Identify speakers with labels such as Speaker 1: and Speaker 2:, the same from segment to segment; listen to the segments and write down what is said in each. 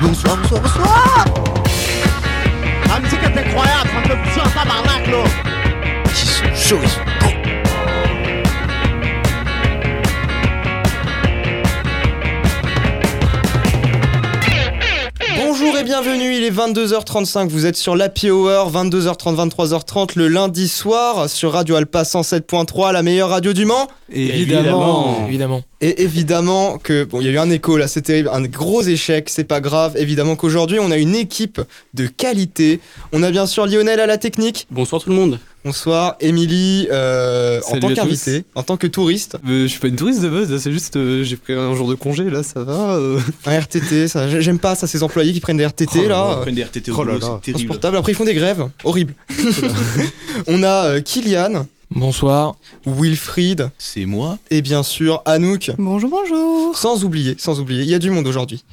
Speaker 1: Bonsoir, bonsoir, bonsoir
Speaker 2: La musique est incroyable, ça me fait pousser en tabarnak là.
Speaker 1: Ils sont chauds, ils sont beaux. Bonjour et bienvenue, il est 22h35, vous êtes sur l'Happy Hour, 22h30, 23h30 le lundi soir sur Radio Alpa 107.3, la meilleure radio du Mans.
Speaker 3: Évidemment.
Speaker 4: Évidemment.
Speaker 1: Et évidemment que, bon, il y a eu un écho là, c'est terrible, un gros échec, c'est pas grave. Évidemment qu'aujourd'hui, on a une équipe de qualité. On a bien sûr Lionel à la technique.
Speaker 3: Bonsoir tout le monde.
Speaker 1: Bonsoir, Émilie, euh, en
Speaker 5: Salut
Speaker 1: tant
Speaker 5: à tous.
Speaker 1: qu'invitée, en tant que touriste,
Speaker 5: Euh, je suis pas une touriste de base, là, c'est juste euh, j'ai pris un jour de congé là, ça va. euh.
Speaker 1: un RTT, ça, j'ai- j'aime pas ça, ces employés qui prennent des RTT là.
Speaker 6: des RTT au
Speaker 5: Oh là là.
Speaker 6: boulot, c'est terrible.
Speaker 1: Transportable, après ils font des grèves, horrible. on a euh, Kylian,
Speaker 4: Bonsoir.
Speaker 1: Wilfried
Speaker 6: C'est moi.
Speaker 1: et bien sûr Anouk.
Speaker 7: Bonjour, bonjour.
Speaker 1: Sans oublier, sans oublier, il y a du monde aujourd'hui.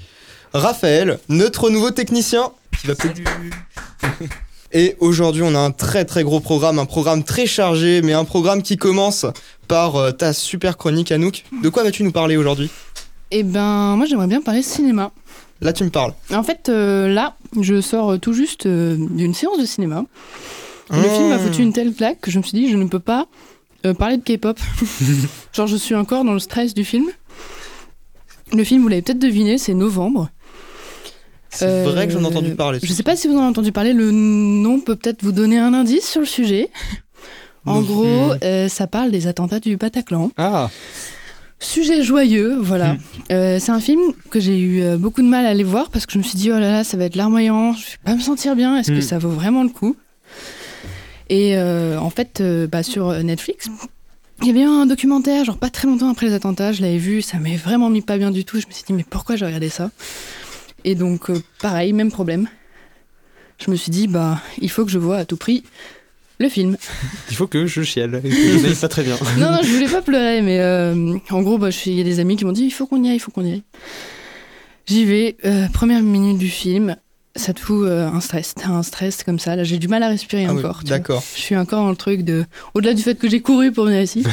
Speaker 1: Raphaël, notre nouveau technicien. Qui va peut- Et aujourd'hui, on a un très très gros programme, un programme très chargé, mais un programme qui commence par euh, ta super chronique, Anouk. De quoi vas-tu nous parler aujourd'hui
Speaker 7: Eh ben, moi j'aimerais bien parler cinéma.
Speaker 1: Là, tu me parles.
Speaker 7: En fait, euh, là, je sors tout juste euh, d'une séance de cinéma. Le
Speaker 1: Mmh.
Speaker 7: film m'a foutu une telle claque que je me suis dit, je ne peux pas euh, parler de K-pop. Genre, je suis encore dans le stress du film. Le film, vous l'avez peut-être deviné, c'est Novembre.
Speaker 1: C'est
Speaker 7: Euh,
Speaker 1: vrai que j'en ai entendu parler.
Speaker 7: Je sais pas si vous en avez entendu parler, le nom peut peut-être vous donner un indice sur le sujet. En gros, euh, ça parle des attentats du Bataclan.
Speaker 5: Ah,
Speaker 7: Sujet joyeux, voilà. Euh, c'est un film que j'ai eu euh, beaucoup de mal à aller voir parce que je me suis dit, oh là là, ça va être larmoyant, je vais pas me sentir bien, est-ce que
Speaker 3: Mm.
Speaker 7: ça vaut vraiment le coup Et euh, en fait, euh, bah, sur Netflix, il y avait un documentaire, genre pas très longtemps après les attentats, je l'avais vu, ça m'avait vraiment mis pas bien du tout, je me suis dit, mais pourquoi j'ai regardé ça Et donc, euh, pareil, même problème. Je me suis dit, bah, il faut que je vois à tout prix le film.
Speaker 5: il faut que je chiale. et que je n'aille pas très bien.
Speaker 7: Non, non, je voulais pas pleurer, mais euh, en gros, bah, je suis- il y a des amis qui m'ont dit il faut qu'on y aille, il faut qu'on y aille. J'y vais, euh, première minute du film, ça te fout euh, un stress. T'as un stress comme ça, là j'ai du mal à respirer
Speaker 1: Ah oui,
Speaker 7: encore. tu vois.
Speaker 1: D'accord.
Speaker 7: Je suis encore dans le truc de. Au-delà du fait que j'ai couru pour venir ici,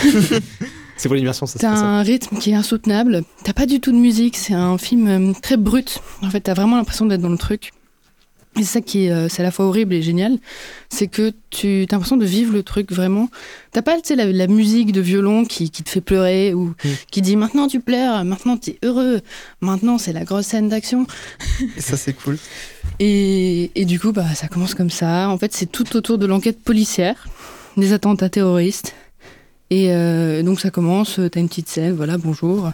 Speaker 5: C'est pour l'immersion, ça. c'est
Speaker 7: t'as
Speaker 5: pour ça.
Speaker 7: un rythme qui est insoutenable, t'as pas du tout de musique, c'est un film euh, très brut. En fait, t'as vraiment l'impression d'être dans le truc. Et c'est ça qui est, euh, c'est à la fois horrible et génial, c'est que tu as l'impression de vivre le truc vraiment. T'as pas, tu sais, la, la musique de violon qui, qui te fait pleurer ou qui dit maintenant tu pleures, maintenant t'es heureux, maintenant c'est la grosse scène d'action.
Speaker 1: Et ça, c'est cool.
Speaker 7: Et, et du coup, bah, ça commence comme ça. En fait, c'est tout autour de l'enquête policière, des attentats terroristes. Et euh, donc, ça commence. euh, T'as une petite scène, voilà, bonjour.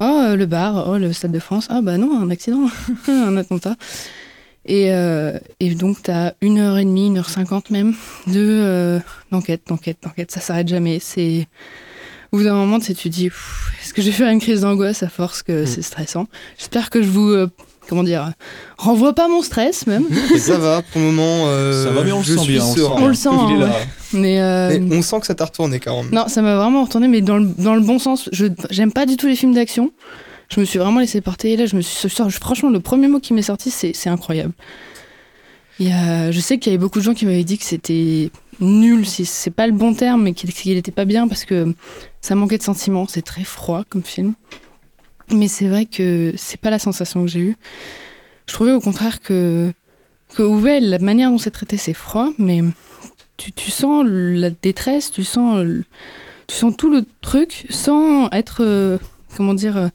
Speaker 7: Oh, euh, le bar, oh, le Stade de France. Ah, bah non, un accident, un attentat. Et, euh, et donc, t'as une heure et demie, une heure cinquante même, de euh, d'enquête, d'enquête, d'enquête. Ça s'arrête jamais. C'est. Au bout d'un moment, tu sais, tu te dis, Pff, est-ce que je vais faire une crise d'angoisse à force que c'est stressant J'espère que je vous. euh, comment dire renvoie pas mon stress même.
Speaker 1: Et ça va, pour le moment. euh,
Speaker 6: Ça va, mais on le
Speaker 1: je
Speaker 6: sent
Speaker 1: suis
Speaker 6: bien, on le
Speaker 1: serein.
Speaker 6: sent.
Speaker 7: On le sent.
Speaker 6: Il est
Speaker 7: hein,
Speaker 6: là.
Speaker 7: ouais. Mais, euh,
Speaker 1: Mais on sent que ça t'a retourné quand même.
Speaker 7: non, ça m'a vraiment retourné, mais dans le, dans le bon sens. Je j'aime pas du tout les films d'action. Je me suis vraiment laissé porter. Et là, je me suis sorti- franchement le premier mot qui m'est sorti, c'est c'est incroyable. Il y a- je sais qu'il y avait beaucoup de gens qui m'avaient dit que c'était nul, si c'est pas le bon terme, mais qu'il qu'il était pas bien parce que ça manquait de sentiments. C'est très froid comme film. Mais c'est vrai que c'est pas la sensation que j'ai eue. Je trouvais au contraire que, que ouais, la manière dont c'est traité, c'est froid, mais tu, tu sens la détresse, tu sens, le- tu sens tout le truc sans être, euh, comment dire, euh,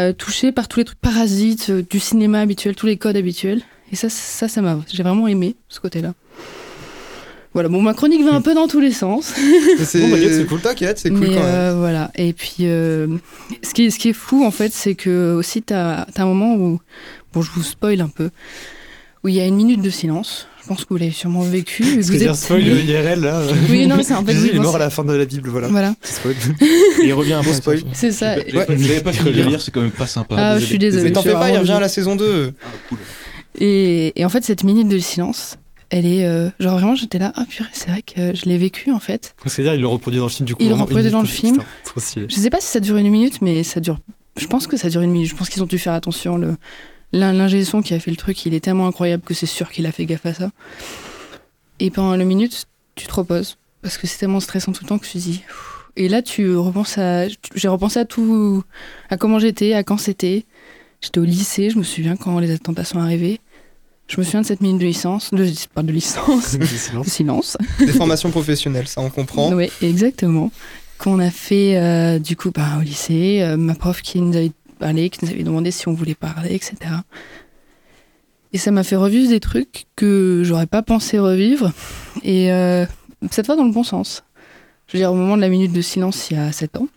Speaker 7: euh, touché par tous les trucs parasites euh, du cinéma habituel, tous les codes habituels. Et ça, ça, ça m'a, j'ai vraiment aimé ce côté-là. Voilà, bon, ma chronique va un peu dans tous les sens.
Speaker 1: Mais c'est
Speaker 5: Bon,
Speaker 6: bah,
Speaker 5: t'inquiète, c'est cool.
Speaker 1: T'inquiète, c'est cool
Speaker 7: Mais,
Speaker 1: quand même.
Speaker 7: euh, voilà. Et puis, euh, ce, qui est, ce qui est fou, en fait, c'est que aussi, t'as as un moment où. Bon, je vous spoil un peu. Où il y a une minute de silence. Je pense que vous l'avez sûrement vécu. vu que
Speaker 5: Parce
Speaker 7: vous
Speaker 5: que dire
Speaker 7: êtes-
Speaker 5: spoil euh, IRL là. euh,
Speaker 7: Oui, non, mais c'est en fait.
Speaker 5: Jésus,
Speaker 7: oui,
Speaker 5: il est
Speaker 7: bon,
Speaker 5: mort à
Speaker 7: c'est-
Speaker 5: la fin de la Bible, voilà.
Speaker 7: Voilà,
Speaker 5: C'est spoil.
Speaker 4: Et il revient après.
Speaker 1: spoil.
Speaker 4: ça.
Speaker 7: c'est ça.
Speaker 6: Je l'avais pas- je l'avais pas cru le lire, c'est quand même pas sympa.
Speaker 7: Ah, je suis désolée.
Speaker 1: Mais t'en
Speaker 7: je suis
Speaker 1: fais pas, il
Speaker 7: vraiment
Speaker 1: revient à
Speaker 7: désolée.
Speaker 1: la saison 2.
Speaker 7: Et, et en fait, cette minute de silence, elle est. euh, genre, vraiment, j'étais là. Ah, purée, c'est vrai que euh, je l'ai vécu, en fait.
Speaker 5: Parce que dire, ils l'ont reproduit dans le film du coup.
Speaker 7: Ils l'ont
Speaker 5: vraiment,
Speaker 7: reproduit dans le
Speaker 5: putain,
Speaker 7: film.
Speaker 5: Trop stylé.
Speaker 7: Je sais pas si ça dure une minute, mais ça dure. Je pense que ça dure une minute. Je pense qu'ils ont dû faire attention. Le l'in- l'ingé son qui a fait le truc, il est tellement incroyable que c'est sûr qu'il a fait gaffe à ça. Et pendant la minute, tu te reposes parce que c'est tellement stressant tout le temps que tu te dis. Pff. Et là, tu repenses à. J'ai repensé à tout, à comment j'étais, à quand c'était. J'étais au lycée, je me souviens quand les attentats sont arrivés. Je me souviens de cette minute de licence, de, pas de licence, de silence.
Speaker 1: Des formations professionnelles, ça on comprend.
Speaker 7: Oui, exactement. Qu'on a fait euh, du coup bah, au lycée, euh, ma prof qui nous avait parlé, qui nous avait demandé si on voulait parler, etc. Et ça m'a fait revivre des trucs que j'aurais pas pensé revivre, et euh, cette fois dans le bon sens. Je veux dire, au moment de la minute de silence, il y a 7 ans,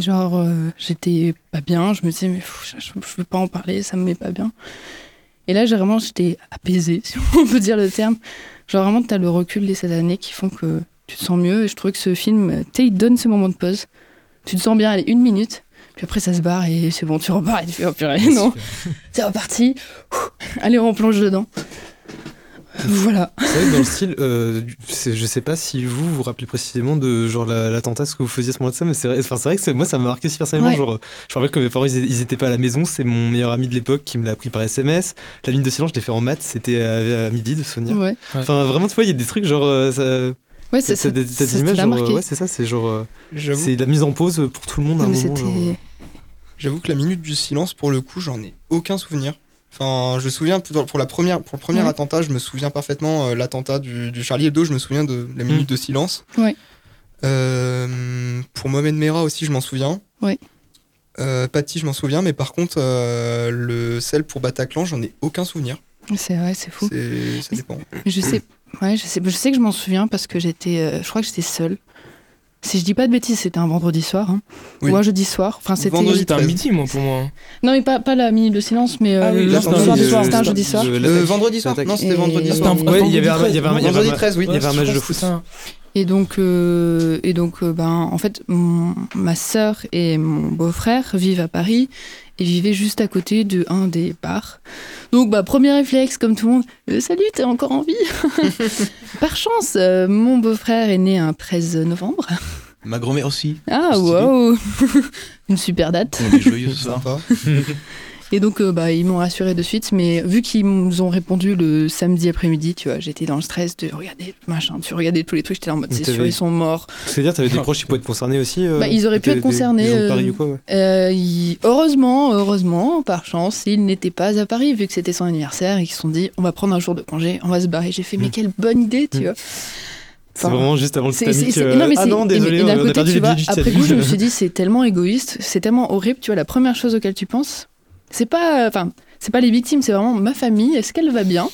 Speaker 7: genre euh, j'étais pas bien, je me disais, mais pff, je, je veux pas en parler, ça me met pas bien. Et là, j'ai vraiment, j'étais apaisée, si on peut dire le terme. Genre vraiment, t'as le recul des 7 années qui font que tu te sens mieux. Et je trouvais que ce film, euh, tu sais, il donne ce moment de pause. Tu te sens bien, allez, une minute. Puis après, ça se barre et c'est bon, tu repars et tu fais, oh purée, non. C'est reparti. Ouh, allez, on plonge dedans. Voilà.
Speaker 5: C'est vrai que dans le style, euh, du- c'est- je sais pas si vous vous rappelez précisément de genre la- l'attentat, ce que vous faisiez ce mois de ça, mais c'est vrai, enfin, c'est vrai que c'est- moi ça m'a marqué si personnellement.
Speaker 7: Ouais.
Speaker 5: Genre, euh, je me rappelle que mes parents ils, ils étaient pas à la maison, c'est mon meilleur ami de l'époque qui me l'a appris par SMS. La ligne de silence, je l'ai fait en maths, c'était à, à midi de souvenir.
Speaker 7: Ouais,
Speaker 5: Enfin, vraiment, tu vois, il y a des trucs genre. euh, ça-
Speaker 7: ouais ça,
Speaker 5: t'as
Speaker 7: ça,
Speaker 5: des- t'as
Speaker 7: ça-
Speaker 5: des images,
Speaker 7: ça
Speaker 5: genre,
Speaker 7: m'a marqué.
Speaker 5: euh, ouais, c'est ça, c'est genre. euh,
Speaker 1: J'avoue
Speaker 5: c'est la mise en pause pour tout le monde à
Speaker 7: Non,
Speaker 5: un
Speaker 7: mais
Speaker 5: moment. genre,
Speaker 7: c'était...
Speaker 1: J'avoue que la minute du silence, pour le coup, j'en ai aucun souvenir. Enfin, je me souviens pour pour la première, pour le premier
Speaker 7: Ouais.
Speaker 1: attentat, je me souviens parfaitement euh, l'attentat du, du Charlie Hebdo. Je me souviens de la minute de silence.
Speaker 7: Mm. Ouais.
Speaker 1: Euh, pour Mohamed Merah aussi, je m'en souviens.
Speaker 7: Ouais.
Speaker 1: Euh, Patty, je m'en souviens, mais par contre, euh, le celle pour Bataclan, j'en ai aucun souvenir.
Speaker 5: euh,
Speaker 7: C'est vrai, c'est fou.
Speaker 1: C'est- Ça dépend.
Speaker 7: Mais je sais, ouais, je sais, je sais que je m'en souviens parce que j'étais, euh, je crois que j'étais seule. Si je dis pas de bêtises, c'était un vendredi soir, hein.
Speaker 1: Oui.
Speaker 7: ou un jeudi soir. Enfin, c'était.
Speaker 1: Vendredi
Speaker 4: C'était un
Speaker 1: 13.
Speaker 4: midi, moi, pour moi.
Speaker 7: Non, mais pas, pas la minute de silence, mais euh,
Speaker 4: Ah oui,
Speaker 7: le
Speaker 1: là,
Speaker 7: soir
Speaker 1: c'était un
Speaker 7: du
Speaker 1: jeudi,
Speaker 7: soir,
Speaker 1: euh,
Speaker 7: c'était un
Speaker 1: c'était-
Speaker 7: jeudi soir.
Speaker 5: euh,
Speaker 1: Euh,
Speaker 5: l'attaque-
Speaker 1: vendredi soir
Speaker 5: l'attaque-
Speaker 1: Non, c'était
Speaker 7: Et-
Speaker 1: vendredi
Speaker 7: C'était
Speaker 1: soir.
Speaker 7: un-
Speaker 1: Ouais,
Speaker 4: ouais,
Speaker 1: vendredi
Speaker 4: il y avait un-
Speaker 1: 13.
Speaker 4: il y avait un- il y avait un-
Speaker 1: vendredi 13, oui.
Speaker 5: Il y avait un match de foot.
Speaker 7: Et donc, euh, et donc, euh, ben, en fait, mon- ma sœur et mon beau-frère vivent à Paris et vivaient juste à côté de un des bars. Donc, bah, premier réflexe, comme tout le monde, euh, salut, t'es encore en vie. Par chance, euh, mon beau-frère est né un 13 novembre.
Speaker 6: Ma grand-mère aussi.
Speaker 7: Ah,
Speaker 6: Stylé.
Speaker 7: wow, une super date.
Speaker 6: On est joyeux ce soir.
Speaker 1: Sympa.
Speaker 7: Et donc, euh, bah, ils m'ont rassuré de suite, mais vu qu'ils nous ont répondu le samedi après-midi, tu vois, j'étais dans le stress de regarder machin, tu regardais tous les trucs, j'étais là en mode
Speaker 5: Mais
Speaker 7: c'est
Speaker 5: t'avais-
Speaker 7: sûr, ils sont morts.
Speaker 5: C'est-à-dire, t'avais des proches qui pouvaient être concernés aussi euh,
Speaker 7: Bah, ils auraient pu
Speaker 5: des-
Speaker 7: être
Speaker 5: des- des
Speaker 7: concernés,
Speaker 5: gens de Paris
Speaker 7: euh,
Speaker 5: ou quoi, ouais.
Speaker 7: Euh, ils- Heureusement, heureusement, par chance, ils n'étaient pas à Paris vu que c'était son anniversaire et qu'ils se sont dit on va prendre un jour de congé, on va se barrer. J'ai fait mais quelle bonne idée, tu
Speaker 5: Mm.
Speaker 7: vois.
Speaker 5: C'est
Speaker 7: Enfin,
Speaker 5: vraiment juste avant le
Speaker 7: C'est- c'est-
Speaker 5: Titanic.
Speaker 7: c'est-
Speaker 5: euh,
Speaker 7: non, mais
Speaker 5: ah
Speaker 7: c'est-
Speaker 5: non,
Speaker 7: et-
Speaker 5: désolé,
Speaker 7: et d'un
Speaker 5: on a
Speaker 7: côté,
Speaker 5: perdu
Speaker 7: tu
Speaker 5: les
Speaker 7: vois,
Speaker 5: billets du
Speaker 7: Après
Speaker 5: Titanic.
Speaker 7: coup, je me suis dit, c'est tellement égoïste, c'est tellement horrible. Tu vois, la première chose auquel tu penses, c'est pas, enfin, c'est pas les victimes, c'est vraiment ma famille. Est-ce qu'elle va bien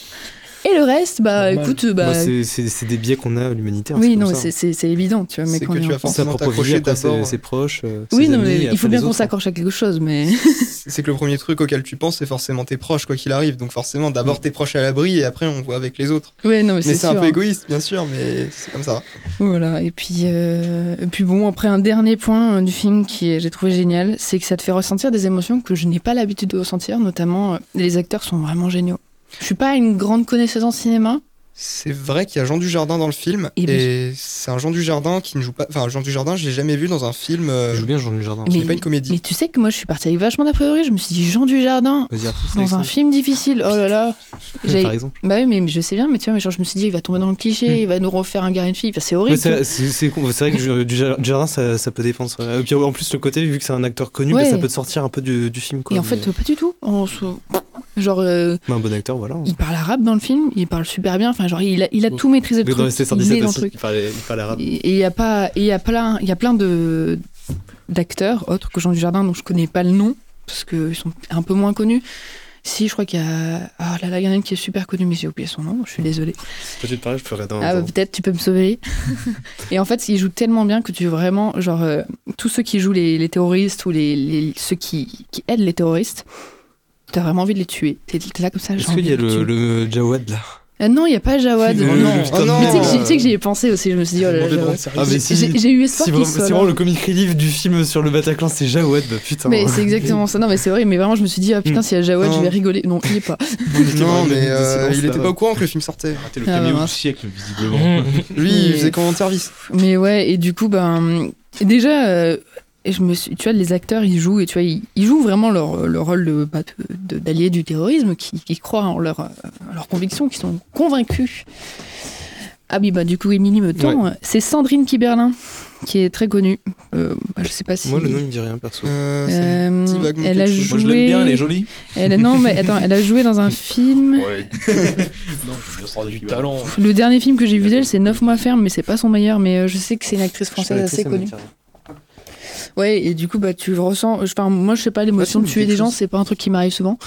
Speaker 7: Et le reste, bah,
Speaker 4: Normal.
Speaker 7: écoute, bah,
Speaker 5: Moi, c'est- c'est c'est des biais qu'on a à l'humanitaire.
Speaker 7: oui,
Speaker 5: comme
Speaker 7: non,
Speaker 5: ça.
Speaker 7: c'est- c'est c'est évident, tu vois. Mais
Speaker 1: C'est
Speaker 7: quand
Speaker 1: que
Speaker 7: on est
Speaker 1: tu vas
Speaker 7: enfant.
Speaker 5: sa
Speaker 1: forcément
Speaker 5: propre vie,
Speaker 1: t'accrocher
Speaker 5: après ses,
Speaker 1: d'abord.
Speaker 5: ses proches. euh,
Speaker 7: Oui,
Speaker 5: ses
Speaker 7: non,
Speaker 5: amis,
Speaker 7: mais
Speaker 5: et
Speaker 7: il faut
Speaker 5: après
Speaker 7: bien
Speaker 5: les
Speaker 7: qu'on
Speaker 5: autres.
Speaker 7: s'accroche à quelque chose, mais
Speaker 1: c'est que le premier truc auquel tu penses, c'est forcément tes proches, quoi qu'il arrive. Donc forcément, d'abord tes proches à l'abri et après on voit avec les autres.
Speaker 7: ouais, non, Mm. mais
Speaker 1: Mais
Speaker 7: c'est
Speaker 1: c'est un
Speaker 7: sûr. hein.
Speaker 1: peu égoïste, bien sûr, mais c'est comme ça.
Speaker 7: Voilà, et puis, euh, et puis bon, après un dernier point euh, du film qui est- j'ai trouvé génial, c'est que ça te fait ressentir des émotions que je n'ai pas l'habitude de ressentir, notamment euh, les acteurs sont vraiment géniaux. Je suis pas une grande connaisseuse en cinéma.
Speaker 1: C'est vrai qu'il y a Jean Dujardin dans le film
Speaker 7: Et
Speaker 1: et,
Speaker 7: oui.
Speaker 1: c'est un Jean Dujardin qui ne joue pas. Enfin, Jean Dujardin, je l'ai jamais vu dans un film. euh,
Speaker 5: Je joue bien Jean du Jardin.
Speaker 1: qui
Speaker 7: Mais-
Speaker 1: n'est pas une comédie.
Speaker 7: Mais tu sais que moi je suis partie avec vachement d'a priori, je me suis dit Jean Dujardin
Speaker 5: Vas-y, artiste,
Speaker 7: dans un
Speaker 5: Alexandre.
Speaker 7: film difficile, oh là là. J'ai-
Speaker 5: Par exemple.
Speaker 7: Bah oui, mais je sais bien, mais tu vois, mais genre, je me suis dit il va tomber dans le cliché, il va nous refaire un gars et une fille, Enfin, Hmm. c'est
Speaker 5: Ouais,
Speaker 7: horrible.
Speaker 5: c'est c'est- c'est con- c'est vrai que je- du Jar- du Jardin, ça, ça peut défendre. ça. Et puis en plus, le côté, vu que c'est un acteur connu,
Speaker 7: Ouais.
Speaker 5: bah, ça peut te sortir un peu du, du film. Quoi,
Speaker 7: et en
Speaker 5: mais-
Speaker 7: fait, pas du tout. On se- Genre, euh,
Speaker 5: mais un bon acteur, voilà.
Speaker 7: il parle arabe dans le film, il parle super bien, enfin, genre, il a, il a tout maîtrisé le
Speaker 5: Mais dans
Speaker 7: truc.
Speaker 5: les 717
Speaker 7: il est dans le
Speaker 5: aussi,
Speaker 7: truc.
Speaker 5: il parlait- il parlait arabe.
Speaker 7: Et il y a pas, et il y a plein, il y a plein de d'acteurs autres que Jean Dujardin dont je connais pas le nom parce qu'ils sont un peu moins connus. Si, je crois qu'il y a. Ah là là, il y en a une qui est super connue, mais j'ai oublié son nom, je suis désolée.
Speaker 5: Toi, tu te parles, je peux regarder en
Speaker 7: Ah, bah,
Speaker 5: même temps.
Speaker 7: peut-être tu peux me sauver. et en fait, ils jouent tellement bien que tu vraiment. Genre, euh, tous ceux qui jouent les, les terroristes ou les, les- ceux qui, qui aident les terroristes, t'as vraiment envie de les tuer. T'es t'es là comme ça,
Speaker 5: Est-ce
Speaker 7: j'ai
Speaker 5: qu'il y a
Speaker 7: envie de les
Speaker 5: le,
Speaker 7: tuer.
Speaker 5: le Jawad là
Speaker 7: Ah non, il n'y a pas Jawad.
Speaker 5: Le- euh,
Speaker 1: Oh
Speaker 5: le-
Speaker 1: non,
Speaker 5: le putain
Speaker 1: oh
Speaker 5: de
Speaker 1: non.
Speaker 7: Tu sais que
Speaker 5: merde.
Speaker 7: j'y- tu sais que j'y ai pensé aussi, je me suis dit, oh là là, Jawad.
Speaker 5: Ah, mais
Speaker 7: J'ai-
Speaker 5: si.
Speaker 7: J'ai j'ai eu espoir
Speaker 5: C'est
Speaker 7: qu'il
Speaker 5: vraiment,
Speaker 7: soit
Speaker 5: c'est
Speaker 7: là.
Speaker 5: vraiment le comic relief du film sur le Bataclan, c'est Jawad, bah putain.
Speaker 7: Mais c'est exactement ça. Non, mais c'est vrai, mais vraiment, je me suis dit, ah
Speaker 5: Hmm.
Speaker 7: putain, s'il y a Jawad, je vais
Speaker 1: Non.
Speaker 7: rigoler. Non, il est pas.
Speaker 1: non,
Speaker 5: C'était
Speaker 1: mais
Speaker 5: vraiment
Speaker 1: euh,
Speaker 5: une
Speaker 1: il
Speaker 5: silence,
Speaker 1: était
Speaker 5: là,
Speaker 1: pas
Speaker 5: ouais.
Speaker 1: au courant que le film sortait.
Speaker 6: Raté le
Speaker 7: Ah,
Speaker 6: caméo du
Speaker 7: mince.
Speaker 6: siècle, visiblement.
Speaker 1: Lui, il
Speaker 7: Mais-
Speaker 1: faisait comment de service.
Speaker 7: Mais ouais, et du coup, ben, déjà, euh, et je me suis, tu vois, les acteurs, ils jouent, et tu vois, ils, ils jouent vraiment leur, leur rôle de, bah, de- de- d'alliés du terrorisme, qui, qui croient en leur, euh, en leur conviction, qui sont convaincus. Ah oui, bah du coup, Émilie me tend. C'est euh, Sandrine Kiberlin qui est très connue. Euh, bah, je sais pas si.
Speaker 5: Moi, le nom, il me dit rien, perso.
Speaker 1: Euh, c'est-
Speaker 7: Euh,
Speaker 1: petit vaguement
Speaker 7: elle a
Speaker 1: quelque chose.
Speaker 6: Moi
Speaker 7: joué.
Speaker 6: je l'aime bien, elle est jolie.
Speaker 7: elle- non, mais attends, elle a joué dans un film.
Speaker 6: Ouais. non, je sens du
Speaker 4: Talent.
Speaker 7: Le dernier film que j'ai vu d'elle, c'est 9 mois ferme, mais c'est pas son meilleur. Mais euh, je sais que c'est une actrice française assez connue. Ouais, et du coup, bah, tu le ressens. Je, enfin, moi, je sais pas, l'émotion
Speaker 5: Ah, ça
Speaker 7: de
Speaker 5: me dit
Speaker 7: tuer des
Speaker 5: quelque
Speaker 7: gens,
Speaker 5: chose.
Speaker 7: c'est pas un truc qui m'arrive souvent.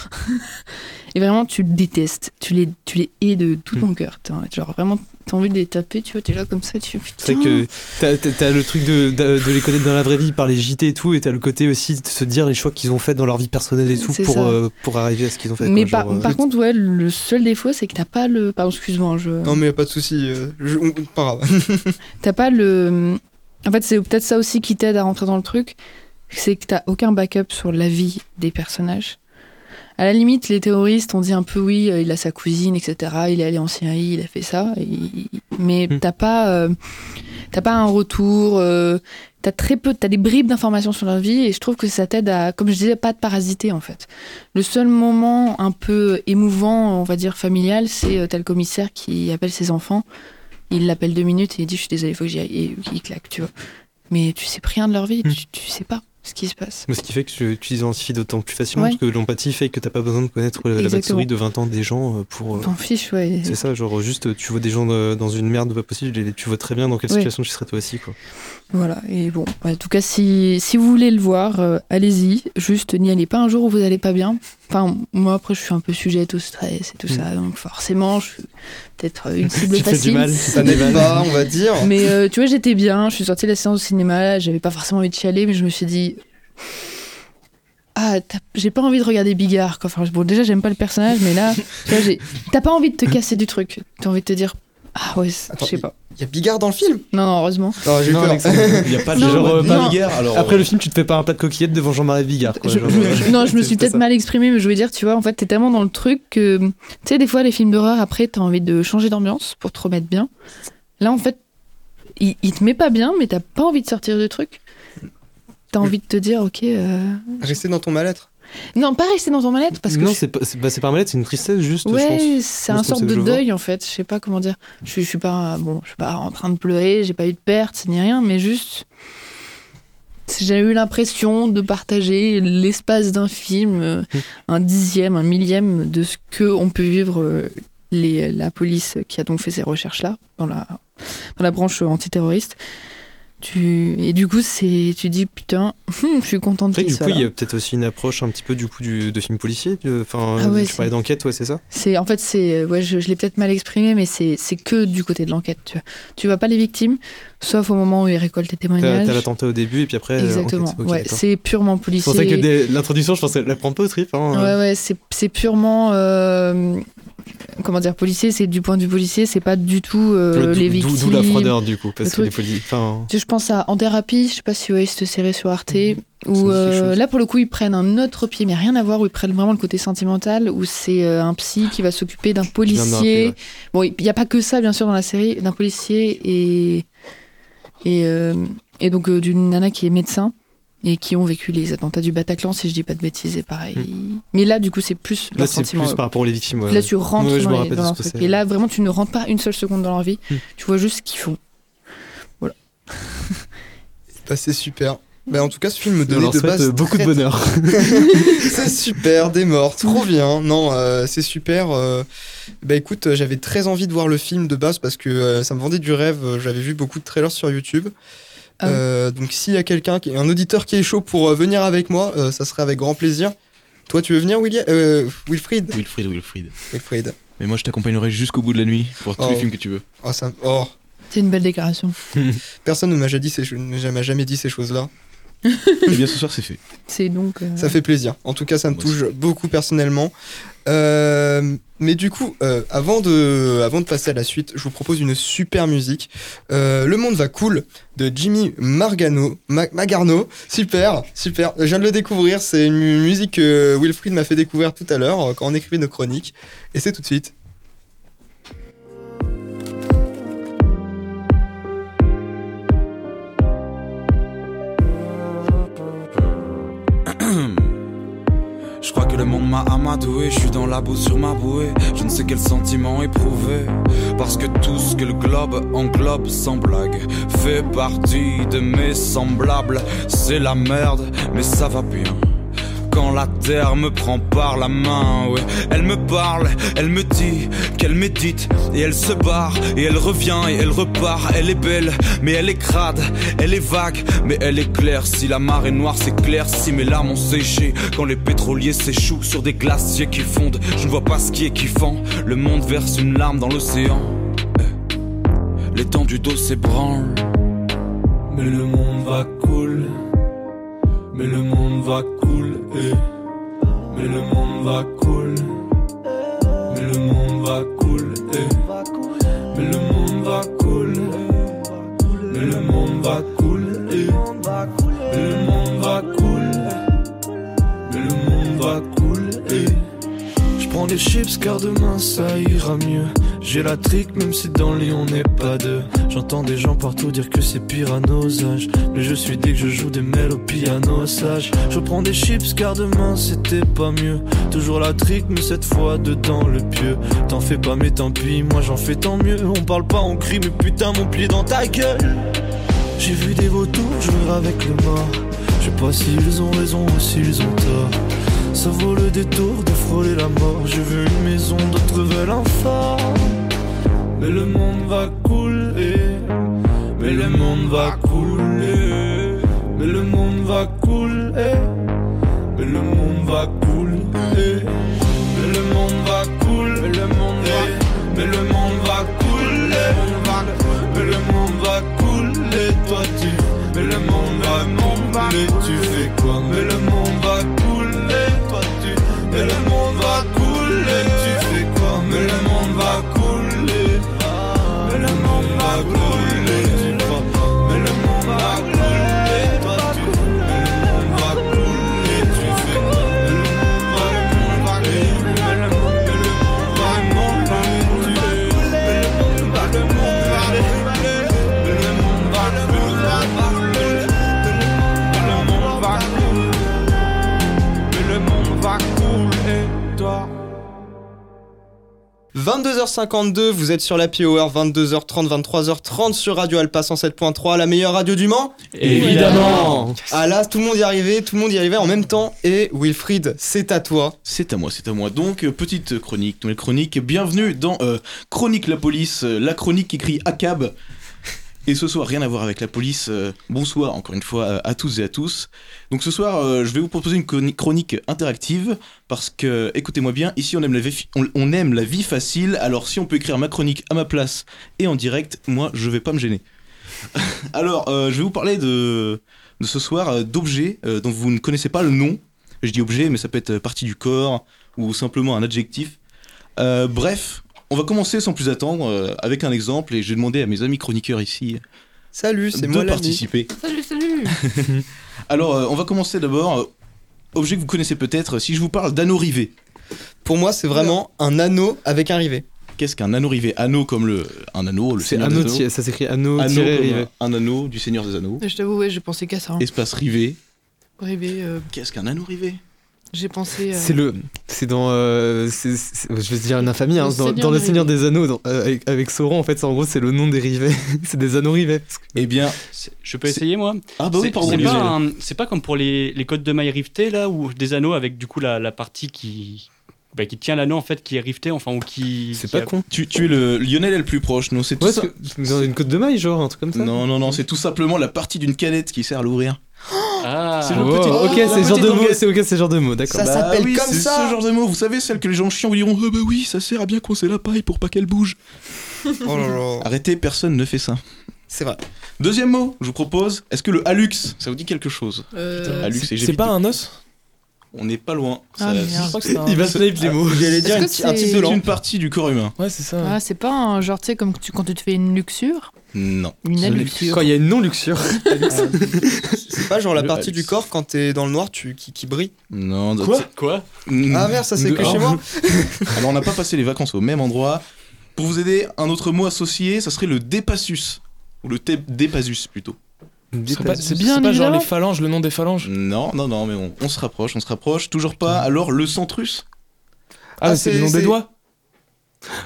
Speaker 7: et vraiment, tu le détestes. Tu les, tu les hais de tout ton cœur. T'as- Genre, vraiment, t'as envie de les taper, tu vois, t'es là comme ça, tu fais
Speaker 5: C'est
Speaker 7: putain.
Speaker 5: vrai que t'as- t'as t'as le truc de, de, de les connaître dans la vraie vie par les JT et tout, et t'as le côté aussi de se dire les choix qu'ils ont fait dans leur vie personnelle et tout
Speaker 7: C'est
Speaker 5: pour,
Speaker 7: ça.
Speaker 5: euh, pour arriver à ce qu'ils ont fait.
Speaker 7: Mais
Speaker 5: quoi,
Speaker 7: par,
Speaker 5: genre, euh,
Speaker 7: par contre, ouais, le seul défaut, c'est que t'as pas le. Pardon, excuse-moi, hein, je.
Speaker 1: Non, mais y a pas de souci. euh, je- on- pas grave.
Speaker 7: T'as pas le. En fait, c'est peut-être ça aussi qui t'aide à rentrer dans le truc. C'est que t'as aucun backup sur la vie des personnages. À la limite, les théoristes, on dit un peu oui, euh, il a sa cousine, etc. Il est allé en Syrie, il a fait ça. il- Mais
Speaker 5: Hmm.
Speaker 7: t'as pas, euh, t'as pas un retour. euh, T'as très peu, t'as des bribes d'informations sur leur vie et je trouve que ça t'aide à, comme je disais, pas de parasiter en fait. Le seul moment un peu émouvant, on va dire familial, c'est euh, t'as le commissaire qui appelle ses enfants il l'appelle deux minutes et il dit je suis désolé faut que j'y aille et il claque tu vois mais tu sais rien de leur vie
Speaker 5: Hmm.
Speaker 7: tu, tu sais pas ce qui se passe
Speaker 5: Mais ce qui fait que tu, tu identifies d'autant plus facilement
Speaker 7: Ouais.
Speaker 5: parce que l'empathie fait que t'as pas besoin de connaître la, la
Speaker 7: Exactement.
Speaker 5: backstory de 20 ans des gens euh, pour. euh,
Speaker 7: t'en fiches ouais
Speaker 5: c'est ça, genre juste tu vois des gens euh, dans une merde pas possible et tu vois très bien dans quelle
Speaker 7: Ouais.
Speaker 5: situation tu serais toi aussi quoi.
Speaker 7: voilà et bon en tout cas si, si vous voulez le voir euh, allez-y juste n'y allez pas un jour où vous allez pas bien enfin moi après je suis un peu sujette au stress et tout ça donc forcément je suis peut-être euh, une cible
Speaker 5: Hmm. Tu te fais du
Speaker 7: facile
Speaker 5: mal,
Speaker 1: Ça n'aide pas, on va dire.
Speaker 7: Mais euh, tu vois, j'étais bien, je suis sortie de la séance au cinéma, j'avais pas forcément envie de chialer, mais je me suis dit. Ah, t'as- j'ai pas envie de regarder Bigard. Quoi. Enfin, bon, déjà, j'aime pas le personnage, mais là, tu vois, j'ai- t'as pas envie de te casser du truc. T'as envie de te dire. Ah ouais, c'est- je
Speaker 1: Attends,
Speaker 7: sais pas.
Speaker 1: Y a Bigard dans le film
Speaker 7: Non, non, heureusement.
Speaker 1: Non, j'ai
Speaker 5: Non,
Speaker 1: peur.
Speaker 5: Alexandre.
Speaker 6: Il n'y a pas de
Speaker 7: Non,
Speaker 6: genre,
Speaker 5: euh,
Speaker 6: ni
Speaker 7: non.
Speaker 6: guerre, alors.
Speaker 5: Après le film, tu te fais pas un plat de coquillettes devant Jean-Marie Bigard quoi.
Speaker 7: Je-
Speaker 5: genre,
Speaker 7: je-
Speaker 5: euh,
Speaker 7: je- non, je me
Speaker 5: c'est
Speaker 7: suis
Speaker 5: pas
Speaker 7: peut-être
Speaker 5: ça.
Speaker 7: mal exprimée, mais je voulais dire, tu vois, en fait, t'es tellement dans le truc que. Tu sais, des fois, les films d'horreur, après, t'as envie de changer d'ambiance pour te remettre bien. Là, en fait, il, il te met pas bien, mais t'as pas envie de sortir du truc. T'as envie de te dire, ok. euh,
Speaker 1: Rester dans ton mal-être.
Speaker 7: Non, pas rester dans ton mal-être parce que.
Speaker 5: non,
Speaker 7: je-
Speaker 5: c'est pas, c'est bah, c'est pas un mal-être, c'est une tristesse juste. je pense.
Speaker 7: Ouais, c'est
Speaker 5: Moi,
Speaker 7: un
Speaker 5: je pense
Speaker 7: sorte
Speaker 5: que
Speaker 7: de
Speaker 5: je vois.
Speaker 7: deuil en fait. Je sais pas comment dire. Je, suis- je suis pas bon, je suis pas en train de pleurer. J'ai pas eu de perte ni rien, mais juste j'ai eu l'impression de partager l'espace d'un film, euh, un dixième, un millième de ce que on peut vivre euh, les, la police qui a donc fait ces recherches là dans la dans la branche antiterroriste. Tu, et du coup, c'est tu dis putain, je suis contente
Speaker 5: Après,
Speaker 7: qu'il
Speaker 5: du
Speaker 7: soit
Speaker 5: coup,
Speaker 7: là.
Speaker 5: il y a peut-être aussi une approche un petit peu du coup du, de film policier. du- Enfin,
Speaker 7: Ah ouais,
Speaker 5: tu parlais
Speaker 7: c'est-
Speaker 5: d'enquête, ouais, c'est ça.
Speaker 7: C'est en fait c'est euh, ouais je, je l'ai peut-être mal exprimé mais c'est c'est que du côté de l'enquête tu vois. Tu vois pas les victimes sauf au moment où ils récoltent les
Speaker 5: T'as
Speaker 7: témoignages.
Speaker 5: t'as l'attentat au début et puis après. euh,
Speaker 7: Exactement.
Speaker 5: enquête. Ok,
Speaker 7: ouais,
Speaker 5: d'accord.
Speaker 7: c'est purement
Speaker 5: c'est pour ça que
Speaker 7: policier.
Speaker 5: dès l'introduction, je pensais, la prend pas au trip. Hein,
Speaker 7: Ouais ouais, c'est c'est purement euh, comment dire policier, c'est du point de vue policier, c'est pas du tout euh,
Speaker 5: D'où-
Speaker 7: les
Speaker 5: d'où-
Speaker 7: victimes.
Speaker 5: D'où la froideur du coup, parce
Speaker 7: le
Speaker 5: que les
Speaker 7: truc.
Speaker 5: policiers. Enfin,
Speaker 7: Tu sais, Je pense à En thérapie, je sais pas si vous voyez cette série sur Arte,
Speaker 5: Mhm. Ça me
Speaker 7: où
Speaker 5: dit quelque
Speaker 7: euh,
Speaker 5: chose.
Speaker 7: là pour le coup ils prennent un autre pied, mais rien à voir, où ils prennent vraiment le côté sentimental, où c'est euh, un psy qui va s'occuper d'un
Speaker 5: je viens de me rappeler,
Speaker 7: policier.
Speaker 5: ouais.
Speaker 7: Bon, il n'y a pas que ça, bien sûr, dans la série, d'un policier et, et, euh, et donc euh, d'une nana qui est médecin et qui ont vécu les attentats du Bataclan, si je dis pas de bêtises, et pareil. Mais là, du coup, c'est plus
Speaker 5: Hmm. Là,
Speaker 7: leur
Speaker 5: c'est
Speaker 7: sentiment.
Speaker 5: plus par rapport aux victimes. ouais.
Speaker 7: Là, tu rentres
Speaker 5: Ouais, je me
Speaker 7: dans, les-
Speaker 5: rappelle
Speaker 7: dans
Speaker 5: de
Speaker 7: leur
Speaker 5: ce que
Speaker 7: truc.
Speaker 5: c'est.
Speaker 7: Et là, vraiment, tu ne rentres pas une seule seconde dans leur vie.
Speaker 5: Hmm.
Speaker 7: Tu vois juste ce qu'ils font.
Speaker 1: Bah, c'est super. Bah, en tout cas, ce film me
Speaker 5: On
Speaker 1: donnait
Speaker 5: leur
Speaker 1: de
Speaker 5: souhaite
Speaker 1: base.
Speaker 5: euh, beaucoup de
Speaker 1: très-
Speaker 5: bonheur.
Speaker 1: C'est super, des morts, trop bien. Non, euh, c'est super. euh, Bah écoute, euh, j'avais très envie de voir le film de base parce que euh, ça me vendait du rêve. euh, J'avais vu beaucoup de trailers sur YouTube.
Speaker 7: Ah oui.
Speaker 1: Euh, donc s'il y a quelqu'un, qui- un auditeur qui est chaud pour euh, venir avec moi, euh, ça serait avec grand plaisir. Toi, tu veux venir, William euh, Wilfried
Speaker 6: Wilfried, Wilfried.
Speaker 1: Wilfried.
Speaker 6: Mais moi, je t'accompagnerai jusqu'au bout de la nuit pour tous
Speaker 1: Oh.
Speaker 6: les films que tu veux.
Speaker 1: Oh, ça... oh,
Speaker 7: C'est une belle déclaration.
Speaker 1: personne ne m'a jamais dit ces, cho- ne m'a jamais dit ces choses-là.
Speaker 6: Et Eh bien, ce soir, c'est fait.
Speaker 7: C'est donc. euh,
Speaker 1: Ça fait plaisir. En tout cas, ça me
Speaker 6: Moi
Speaker 1: touche beaucoup personnellement. Euh, mais du coup, euh, avant, de, avant de passer à la suite, je vous propose une super musique. Euh, le monde va cool de Jimmy Margano, Ma- Magarno. Super, super. Je viens de le découvrir. C'est une mu- musique que Wilfried m'a fait découvrir tout à l'heure euh, quand on écrivait nos chroniques. Et c'est tout de suite.
Speaker 8: Je crois que le monde m'a amadoué, je suis dans la boue sur ma bouée. Je ne sais quel sentiment éprouver. Parce que tout ce que le globe englobe sans blague fait partie de mes semblables. C'est la merde, mais ça va bien. Quand la terre me prend par la main, ouais. Elle me parle, elle me dit qu'elle médite, et elle se barre, et elle revient, et elle repart. Elle est belle, mais elle est crade, elle est vague, mais elle est claire. Si la marée noire s'éclaircit, mes larmes ont séché. Quand les pétroliers s'échouent sur des glaciers qui fondent, je ne vois pas ce qui est kiffant. Le monde verse une larme dans l'océan. Eh. L'étendue d'eau s'ébranle. Mais le monde va couler. Mais le monde va couler. Mais le monde va couler. Mais le monde va couler. Mais le monde va couler. Mais le monde va couler. Mais le monde va couler. Mais le monde va couler. Je prends des chips car demain ça ira mieux. J'ai la trique même si dans Lyon on n'est pas deux. J'entends des gens partout dire que c'est pire à nos âges. Mais je suis dès que je joue des mélodies au piano sage. Je prends des chips car demain c'était pas mieux. Toujours la trique mais cette fois dedans le pieu. T'en fais pas mais tant pis, moi j'en fais tant mieux. On parle pas, on crie mais putain mon pied dans ta gueule. J'ai vu des vautours jouer avec le mort. Je sais pas s'ils ont raison ou s'ils ont tort. Ça vaut le détour de frôler la mort. Je veux une maison, d'autres veulent un phare. Mais le monde va couler. Mais le monde va couler. Mais le monde va couler. Mais le monde va couler. Mais le monde va couler. Mais le monde va Mais le monde va couler. Mais le monde va couler. Toi tu. Mais le monde va couler. Tu fais quoi Mais le monde va couler. Toi tu. Mais le monde va couler. Tu fais quoi Mais le monde va couler. Mais le monde va couler. Tu crois pas Mais le monde va couler. Toi tu. Mais le monde va couler. Tu fais quoi Mais le monde va couler. Mais le monde mais le monde va couler. Tu fais- Mais le monde va couler. Mais le monde va couler. Mais le monde va couler. Mais le monde va couler. Toi.
Speaker 1: 22h52, vous êtes sur la Hour, 22h30, 23h30 sur Radio Alpa 107.3, la meilleure radio du Mans.
Speaker 4: Évidemment
Speaker 1: Ah là, tout le monde y arrivait, tout le monde y arrivait en même temps. Et Wilfried, c'est à toi.
Speaker 6: C'est à moi, c'est à moi. Donc, euh, petite chronique, nouvelle chronique. Bienvenue dans euh, Chronique la police, euh, la chronique qui crie ACAB. Et ce soir, rien à voir avec la police. euh, bonsoir, encore une fois, euh, à tous et à tous. Donc, ce soir, euh, je vais vous proposer une chroni- chronique interactive. Parce que, écoutez-moi bien, ici, on aime, la vie, on, on aime la vie facile. Alors, si on peut écrire ma chronique à ma place et en direct, moi, je vais pas me gêner. alors, euh, je vais vous parler de, de ce soir euh, d'objets euh, dont vous ne connaissez pas le nom. Je dis objet, mais ça peut être euh, partie du corps ou simplement un adjectif. Euh, bref, on va commencer sans plus attendre euh, avec un exemple et j'ai demandé à mes amis chroniqueurs ici
Speaker 1: Salut, c'est
Speaker 6: de
Speaker 1: moi l'ami.
Speaker 6: participer.
Speaker 7: Salut, salut
Speaker 6: Alors, euh, on va commencer d'abord. euh, objet que vous connaissez peut-être, si je vous parle d'anneau rivé.
Speaker 1: Pour moi, c'est vraiment un anneau avec un rivet.
Speaker 6: Qu'est-ce qu'un anneau rivé Anneau comme le, un anneau, le
Speaker 5: C'est
Speaker 6: Seigneur des
Speaker 5: anneau,
Speaker 6: Anneaux.
Speaker 5: ti- ça s'écrit anneau,
Speaker 6: Anneau
Speaker 5: tiré
Speaker 6: comme
Speaker 5: rivet.
Speaker 6: un, un anneau du Seigneur des Anneaux.
Speaker 9: Je t'avoue, ouais, j'ai pensé qu'à ça. hein.
Speaker 6: Espace rivé.
Speaker 9: Rêver, euh,
Speaker 6: Qu'est-ce qu'un anneau rivé
Speaker 9: j'ai pensé. euh,
Speaker 5: C'est le, c'est dans, euh, c'est- c'est- je vais dire une infamie, hein,
Speaker 9: Le
Speaker 5: c'est dans,
Speaker 9: Seigneur
Speaker 5: dans le
Speaker 9: des
Speaker 5: Seigneur des Anneaux, dans- euh, avec, avec Sauron en fait, c'est- en gros c'est le nom des rivets, c'est des anneaux rivets. Parce que-
Speaker 6: Eh bien,
Speaker 3: Je peux essayer moi
Speaker 6: ah bah oui,
Speaker 3: C'est-
Speaker 6: pardon.
Speaker 3: c'est pas,
Speaker 6: désolé.
Speaker 3: un- c'est pas comme pour les, les codes de mailles rivetées là où des anneaux avec du coup la, la partie qui bah, qui tient l'anneau en fait qui est riveté enfin ou qui
Speaker 5: C'est
Speaker 3: qui
Speaker 5: pas
Speaker 3: a-
Speaker 5: con.
Speaker 6: Tu, tu es le Lionel est le plus proche, non C'est tout
Speaker 5: Ouais,
Speaker 6: ça-
Speaker 5: parce que dans une côte de maille genre, un truc comme ça.
Speaker 6: Non, non, non, c'est tout simplement la partie d'une canette qui sert à l'ouvrir.
Speaker 3: Ah.
Speaker 6: C'est le
Speaker 5: Oh,
Speaker 6: petit-
Speaker 5: ok,
Speaker 6: la
Speaker 5: c'est ce genre
Speaker 6: petite
Speaker 5: de mots,
Speaker 6: languette.
Speaker 5: c'est ok, c'est ce genre de mots, d'accord.
Speaker 1: Ça
Speaker 6: Bah
Speaker 1: s'appelle
Speaker 6: oui,
Speaker 1: comme
Speaker 6: c'est
Speaker 1: ça.
Speaker 6: ce genre de mot, vous savez, celle que les gens chiants vous diront Ah bah oui, ça sert à bien qu'on sait la paille pour pas qu'elle bouge.
Speaker 1: Oh là là.
Speaker 6: Arrêtez, personne ne fait ça.
Speaker 1: C'est vrai.
Speaker 6: Deuxième mot, je vous propose Est-ce que le halux, ça vous dit quelque chose
Speaker 7: Ah,
Speaker 9: euh,
Speaker 6: Halux, et
Speaker 4: C'est
Speaker 6: j'évite-
Speaker 4: pas un os
Speaker 6: On n'est pas loin.
Speaker 9: Ah,
Speaker 6: Ça-
Speaker 9: merde.
Speaker 4: Je crois que c'est un...
Speaker 5: Il va snipe les mots.
Speaker 1: J'allais dire
Speaker 9: Est-ce
Speaker 1: une-
Speaker 9: que
Speaker 1: un type
Speaker 9: c'est-
Speaker 1: de
Speaker 6: C'est une
Speaker 1: lampe.
Speaker 6: partie du corps humain.
Speaker 4: Ouais, c'est ça.
Speaker 9: ah, c'est pas un genre, tu sais, comme tu- quand tu te fais une luxure,
Speaker 6: Non.
Speaker 9: une
Speaker 7: Ah,
Speaker 6: Ça l'est.
Speaker 9: luxure.
Speaker 5: Quand il y a une non-luxure,
Speaker 1: C'est pas genre la
Speaker 6: Le
Speaker 1: partie
Speaker 6: Alex.
Speaker 1: du corps quand t'es dans le noir tu, qui, qui brille.
Speaker 6: Non. de-
Speaker 3: Quoi Quoi
Speaker 6: Mm.
Speaker 1: Ah merde, ça c'est que
Speaker 5: Ah.
Speaker 1: chez moi.
Speaker 6: Alors on n'a pas passé les vacances au même endroit. Pour vous aider, un autre mot associé, ça serait le dépassus. Ou le té- dépasus plutôt.
Speaker 4: C'est pas, c'est-
Speaker 9: Bien
Speaker 4: c'est pas genre
Speaker 9: évidemment.
Speaker 4: les phalanges, le nom des phalanges.
Speaker 6: Non, non, non, mais on, on se rapproche, on se rapproche. Toujours pas. Alors, le centrus
Speaker 4: Ah,
Speaker 1: Ah,
Speaker 4: c'est le nom
Speaker 1: c'est-
Speaker 4: des doigts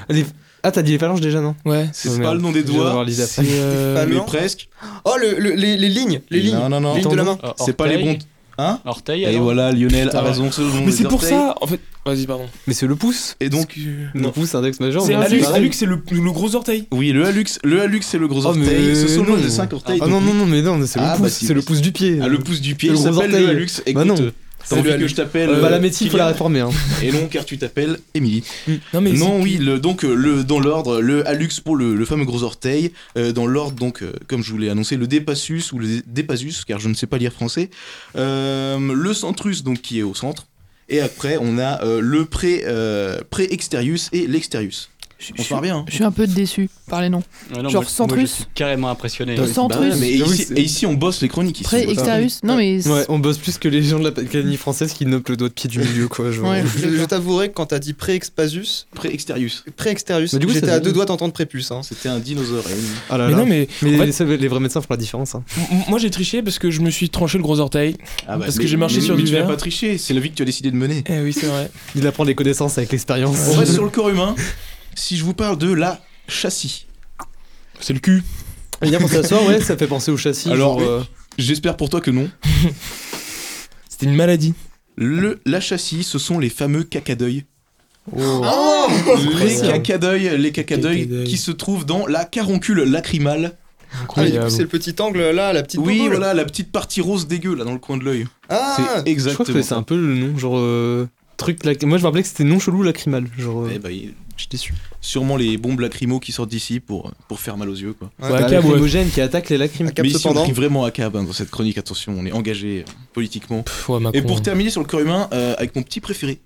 Speaker 5: Les- Ah, t'as dit les phalanges déjà, non
Speaker 4: Ouais.
Speaker 6: C'est
Speaker 5: Oh,
Speaker 6: pas
Speaker 5: merde.
Speaker 6: le nom des
Speaker 5: Je vais avoir
Speaker 6: doigts.
Speaker 5: Lisa.
Speaker 4: C'est, euh,
Speaker 1: phalanges.
Speaker 6: Mais
Speaker 1: Non.
Speaker 6: presque.
Speaker 1: Oh, le- le- les, les lignes, les lignes.
Speaker 6: Non, non, non.
Speaker 1: Les lignes de la main.
Speaker 3: Euh,
Speaker 6: C'est pas les
Speaker 3: orteil.
Speaker 6: bons. Hein
Speaker 3: Orteil,
Speaker 6: Et
Speaker 3: alors
Speaker 6: voilà, Lionel
Speaker 4: Putain,
Speaker 6: a
Speaker 4: ouais.
Speaker 6: raison. le nom
Speaker 4: Mais
Speaker 6: des
Speaker 4: c'est pour
Speaker 6: orteils.
Speaker 4: ça En fait, vas-y, pardon.
Speaker 5: Mais c'est le pouce.
Speaker 6: Et donc. euh,
Speaker 5: Le
Speaker 6: non.
Speaker 5: pouce, index majeur.
Speaker 4: C'est
Speaker 5: non,
Speaker 4: Alux,
Speaker 5: pareil.
Speaker 4: Alux, c'est le, le gros orteil.
Speaker 6: Oui, le hallux, le hallux, c'est le gros
Speaker 5: Oh, mais
Speaker 6: orteil. Ce sont
Speaker 5: non.
Speaker 6: le de 5 orteils.
Speaker 5: Ah
Speaker 6: donc-
Speaker 5: non, non, non, mais non, mais c'est
Speaker 6: Ah,
Speaker 5: le pouce,
Speaker 6: bah, si,
Speaker 5: c'est le
Speaker 6: oui.
Speaker 5: pouce du pied.
Speaker 6: Ah, le pouce du pied,
Speaker 5: Le
Speaker 6: il
Speaker 5: gros
Speaker 6: s'appelle
Speaker 5: orteil.
Speaker 6: le hallux. Écoute,
Speaker 5: Bah non.
Speaker 6: euh,
Speaker 1: C'est
Speaker 6: t'as
Speaker 1: le
Speaker 6: envie que
Speaker 1: hallux.
Speaker 6: je t'appelle.
Speaker 5: Euh, bah, la
Speaker 6: euh,
Speaker 5: médecine, faut
Speaker 6: Kylian
Speaker 5: la réformer. Hein.
Speaker 6: Et non, car tu t'appelles Émilie.
Speaker 4: Non, mais
Speaker 6: Non, oui, le, donc euh, le, dans l'ordre, le hallux pour le, le fameux gros orteil, euh, dans l'ordre, donc, euh, comme je vous l'ai annoncé, le dépassus ou le dé- dépasus, car je ne sais pas lire français, euh, le centrus, donc, qui est au centre, et après, on a euh, le pré, euh, pré-exterius et l'exterius.
Speaker 9: Je,
Speaker 6: On
Speaker 9: je-
Speaker 6: se marre bien. hein.
Speaker 9: je suis un peu déçu par les noms.
Speaker 3: Ah non,
Speaker 9: Genre
Speaker 3: moi,
Speaker 9: centrus.
Speaker 3: moi, je suis carrément impressionné.
Speaker 5: Ouais.
Speaker 9: Centrus,
Speaker 6: Bah ouais, mais
Speaker 5: Ah oui,
Speaker 6: ici,
Speaker 5: c'est-
Speaker 6: et ici, on bosse les chroniques. Ici.
Speaker 9: pré exterius. Non, mais.
Speaker 5: Ouais, on bosse plus que les gens de l'Académie française qui nopent le doigt de pied du milieu, quoi. Genre.
Speaker 9: Ouais.
Speaker 1: Je, je t'avouerai que quand t'as dit pré-expasus,
Speaker 6: Pré-exterius.
Speaker 1: pré-exterius,
Speaker 5: Mais du coup,
Speaker 1: j'étais
Speaker 5: ça
Speaker 1: à
Speaker 5: veut-
Speaker 1: deux doigts d'entendre prépuce. Hein.
Speaker 6: C'était un dinosaure. et une-
Speaker 5: Ah là
Speaker 4: Mais
Speaker 5: là.
Speaker 4: non, mais
Speaker 5: Mais
Speaker 4: en fait-
Speaker 5: les, seuls- les vrais médecins font la différence. Hein.
Speaker 4: m- moi j'ai triché parce que je me suis tranché le gros orteil.
Speaker 6: Ah
Speaker 4: Parce que
Speaker 6: mais-
Speaker 4: j'ai marché
Speaker 6: mais-
Speaker 4: sur
Speaker 6: mais
Speaker 4: du
Speaker 6: tu n'as
Speaker 4: verre.
Speaker 6: pas triché, c'est la vie que tu as décidé de mener.
Speaker 4: Eh oui, c'est vrai.
Speaker 5: Il apprend les connaissances avec l'expérience.
Speaker 6: On reste sur le corps humain. Si je vous parle de la châssis.
Speaker 4: C'est le cul.
Speaker 5: Et bien pour s'asseoir, ouais, ça fait penser au châssis.
Speaker 6: Alors,
Speaker 5: genre, euh,
Speaker 1: Ah,
Speaker 6: J'espère pour toi que non.
Speaker 4: C'était une maladie.
Speaker 6: Le, la châssis, ce sont les fameux cacadeuils.
Speaker 1: Oh
Speaker 6: les cacadeuils, les cacadeuils
Speaker 4: Cacadeuils.
Speaker 6: qui se trouvent dans la caroncule
Speaker 1: Ah,
Speaker 6: lacrymale.
Speaker 1: mais du coup,
Speaker 4: Incroyable.
Speaker 1: c'est le petit angle là, la petite
Speaker 6: oui,
Speaker 1: bobole.
Speaker 6: voilà, la petite partie rose dégueu là dans le coin de l'œil.
Speaker 1: Ah
Speaker 6: c'est
Speaker 5: je crois
Speaker 6: exactement.
Speaker 5: que c'est un peu le nom, genre. euh, Truc lac- Moi je me rappelais que c'était non chelou lacrymal. Genre.
Speaker 6: Eh
Speaker 5: euh,
Speaker 6: ben, il-
Speaker 5: Je suis déçu.
Speaker 6: sûrement les bombes lacrymo qui sortent d'ici pour, pour faire mal aux yeux quoi.
Speaker 1: Ouais,
Speaker 5: Bah,
Speaker 4: Cab, ouais.
Speaker 5: lacrymogène qui attaque les lacrymes.
Speaker 1: Cap
Speaker 6: Mais ici,
Speaker 1: cependant.
Speaker 6: on crie vraiment à cab hein, dans cette chronique. Attention, on est engagé euh, politiquement.
Speaker 4: Pff, ouais, Macron.
Speaker 6: Et pour terminer sur le corps humain, euh, avec mon petit préféré.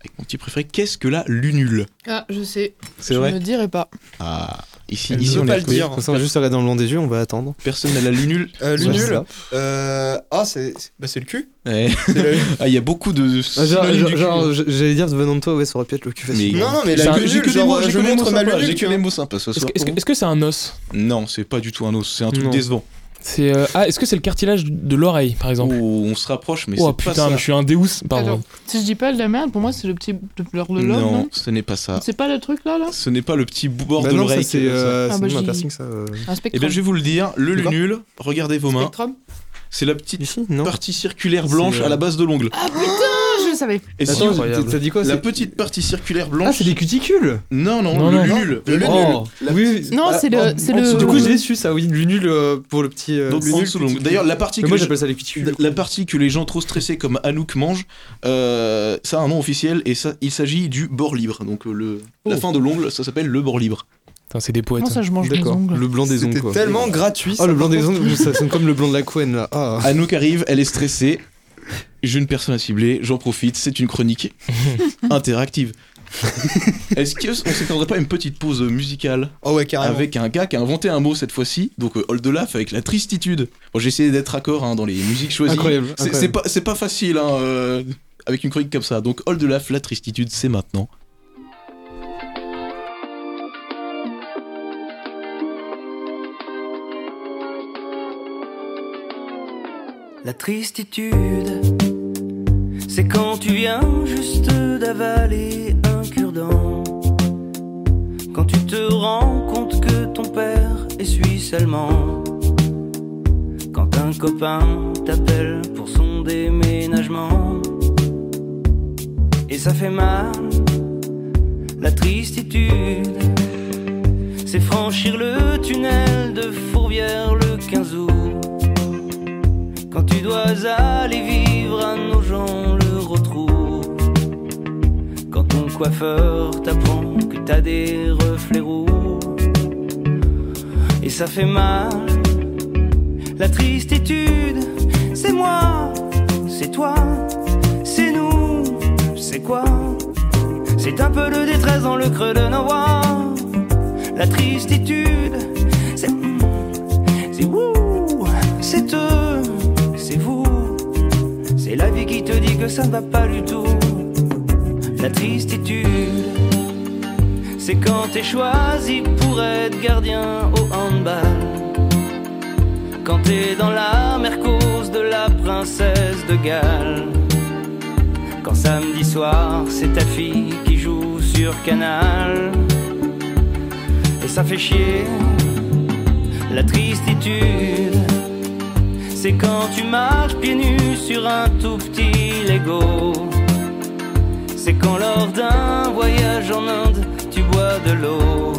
Speaker 6: Avec mon petit préféré, qu'est-ce que la lunule
Speaker 9: Ah, je sais.
Speaker 6: C'est
Speaker 9: Je ne dirais pas.
Speaker 6: Ah, ici,
Speaker 1: Elle
Speaker 6: ici
Speaker 1: veut
Speaker 6: on
Speaker 1: pas
Speaker 6: est
Speaker 1: le dire.
Speaker 5: Comme ça, on va juste regarder dans le blanc des yeux, on va attendre.
Speaker 6: Personne n'a la lunule.
Speaker 1: Euh,
Speaker 5: Ouais, c'est
Speaker 1: Lunule.
Speaker 5: ça.
Speaker 1: Euh, ah, c'est bah, c'est le cul.
Speaker 6: Ouais.
Speaker 1: C'est le-
Speaker 6: Ah, il y a beaucoup de.
Speaker 5: Ah, genre,
Speaker 6: synonymes
Speaker 5: genre-
Speaker 6: du cul.
Speaker 5: genre, j- j'allais dire venant de toi, ouais, ça aurait pu être le cul facile.
Speaker 1: Non, non, mais
Speaker 6: J'ai
Speaker 1: la
Speaker 6: que-
Speaker 1: lunule,
Speaker 6: j'ai que des
Speaker 1: genre,
Speaker 6: mots,
Speaker 1: euh,
Speaker 6: j'ai
Speaker 1: je
Speaker 6: que des mots
Speaker 1: montre ma
Speaker 6: sympas,
Speaker 1: lunule.
Speaker 6: J'ai que
Speaker 1: tu
Speaker 6: des
Speaker 1: vois.
Speaker 6: mots sympas ce
Speaker 4: Est-ce
Speaker 6: soir.
Speaker 4: que- est-ce que est-ce que c'est un os
Speaker 6: Non, c'est pas du tout un os, c'est un truc
Speaker 5: Non.
Speaker 6: décevant.
Speaker 4: C'est euh, ah, est-ce que c'est le cartilage de l'oreille par
Speaker 6: Oh,
Speaker 4: exemple
Speaker 6: on se rapproche, mais
Speaker 4: Oh
Speaker 6: c'est pas
Speaker 4: putain,
Speaker 6: ça.
Speaker 4: mais je suis un Deus, pardon.
Speaker 9: Attends, si je dis pas de la merde, pour moi, c'est le petit. Le pleur de l'homme.
Speaker 6: non,
Speaker 9: Non.
Speaker 6: ce n'est pas ça.
Speaker 9: C'est pas le truc là, là
Speaker 6: Ce n'est pas le petit bord
Speaker 5: Bah
Speaker 6: de
Speaker 5: non, ça
Speaker 6: l'oreille.
Speaker 5: c'est euh,
Speaker 9: Ah,
Speaker 5: c'est
Speaker 9: bah,
Speaker 5: même un
Speaker 9: j'ai-
Speaker 5: piercing ça. euh.
Speaker 9: Un
Speaker 6: Et
Speaker 9: spectrum.
Speaker 6: bien, Eh ben, je vais vous le dire, le
Speaker 5: D'accord.
Speaker 6: lunule, regardez vos mains,
Speaker 9: Spectrum
Speaker 6: c'est la petite
Speaker 5: Ici, non
Speaker 6: partie circulaire blanche
Speaker 5: C'est, euh,
Speaker 6: à la base de l'ongle.
Speaker 9: Ah putain, je le savais.
Speaker 1: Ah,
Speaker 6: Et si
Speaker 5: Attends,
Speaker 6: vous-
Speaker 1: Bah,
Speaker 5: t'as t'as dit quoi
Speaker 6: la
Speaker 5: c'est-
Speaker 6: petite partie circulaire
Speaker 5: Ah,
Speaker 6: blanche.
Speaker 5: c'est des cuticules
Speaker 6: Non, non,
Speaker 4: Non,
Speaker 6: le
Speaker 4: non,
Speaker 6: lunule. Le lunule.
Speaker 5: Oh, oui, oui.
Speaker 9: Non,
Speaker 5: Ah,
Speaker 9: c'est le-
Speaker 5: en-
Speaker 9: c'est
Speaker 5: en
Speaker 9: le-
Speaker 5: dessous. Du coup, j'ai su ça, oui, le nul euh, pour le petit. euh,
Speaker 6: Donc,
Speaker 5: nul
Speaker 6: en dessous de l'ongle.
Speaker 5: cuticule.
Speaker 6: D'ailleurs, la partie
Speaker 5: Mais
Speaker 6: que
Speaker 5: moi
Speaker 6: je-
Speaker 5: j'appelle ça les cuticules.
Speaker 6: La- La partie que les gens trop stressés comme Anouk mangent, euh, ça a un nom officiel et ça, il s'agit du bord libre. Donc euh, le, la
Speaker 5: Oh.
Speaker 6: fin de l'ongle, ça s'appelle le bord libre.
Speaker 4: Putain, c'est des poètes.
Speaker 9: Comment ça, je mange des
Speaker 5: D'accord,
Speaker 9: ongles
Speaker 5: le blanc des ongles
Speaker 1: C'était
Speaker 5: quoi.
Speaker 1: tellement gratuit.
Speaker 5: Oh,
Speaker 1: ça.
Speaker 5: le blanc des ongles, ça sonne comme le blanc de la couenne là. Ah.
Speaker 6: Anouk arrive, elle est stressée. J'ai une personne à cibler, j'en profite, c'est une chronique interactive. Est-ce qu'on s'attendrait pas à une petite pause musicale
Speaker 1: Oh ouais, carrément.
Speaker 6: avec un gars qui a inventé un mot cette fois-ci, donc euh, Old Laf avec la tristitude Bon, j'ai essayé d'être accord hein, dans les musiques choisies.
Speaker 5: Incroyable.
Speaker 6: C'est- C'est
Speaker 5: incroyable.
Speaker 6: pas, c'est pas facile hein, euh, avec une chronique comme ça. Donc Old Laf, la tristitude, c'est maintenant.
Speaker 10: La tristitude, c'est quand tu viens juste d'avaler un cure-dent. Quand tu te rends compte que ton père est suisse allemand. Quand un copain t'appelle pour son déménagement. Et ça fait mal, la tristitude. C'est franchir le tunnel de Fourvière le 15 août quand tu dois aller vivre à nos gens le retrouve quand ton coiffeur t'apprend que t'as des reflets roux et ça fait mal la tristitude c'est moi c'est toi c'est nous c'est quoi c'est un peu de détresse dans le creux de nos voix la tristitude c'est c'est vous, c'est eux, c'est vous. C'est la vie qui te dit que ça ne va pas du tout. La tristitude, c'est quand t'es choisi pour être gardien au handball. quand t'es dans la mer cause de la princesse de Galles. Quand samedi soir, c'est ta fille qui joue sur Canal. Et ça fait chier, la tristitude. C'est quand tu marches pieds nus sur un tout petit Lego. C'est quand lors d'un voyage en Inde, tu bois de l'eau.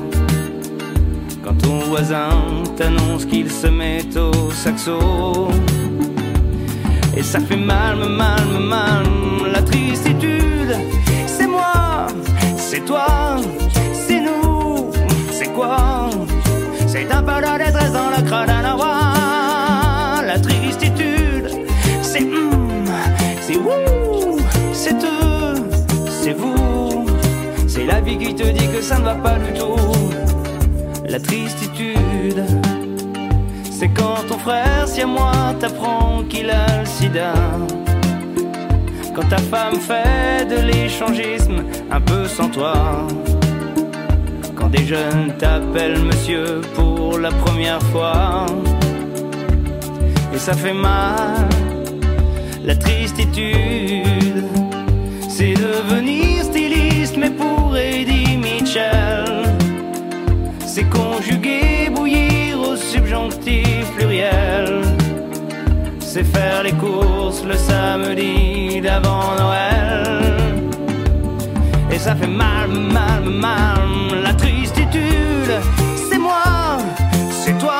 Speaker 10: Quand ton voisin t'annonce qu'il se met au saxo. Et ça fait mal, me mal, me mal, la tristitude. C'est moi, c'est toi, c'est nous, c'est quoi C'est un peu la détresse dans la crâne La tristitude, c'est hum, c'est ouh, c'est eux, c'est vous. C'est la vie qui te dit que ça ne va pas du tout. La tristitude, c'est quand ton frère, si à moi, t'apprend qu'il a le sida. Quand ta femme fait de l'échangisme, un peu sans toi. Quand des jeunes t'appellent monsieur pour la première fois. Et ça fait mal, la tristitude. C'est devenir styliste, mais pour Eddie Mitchell. C'est conjuguer, bouillir au subjonctif pluriel. C'est faire les courses le samedi d'avant Noël. Et ça fait mal, mal, mal, la tristitude. C'est moi, c'est toi,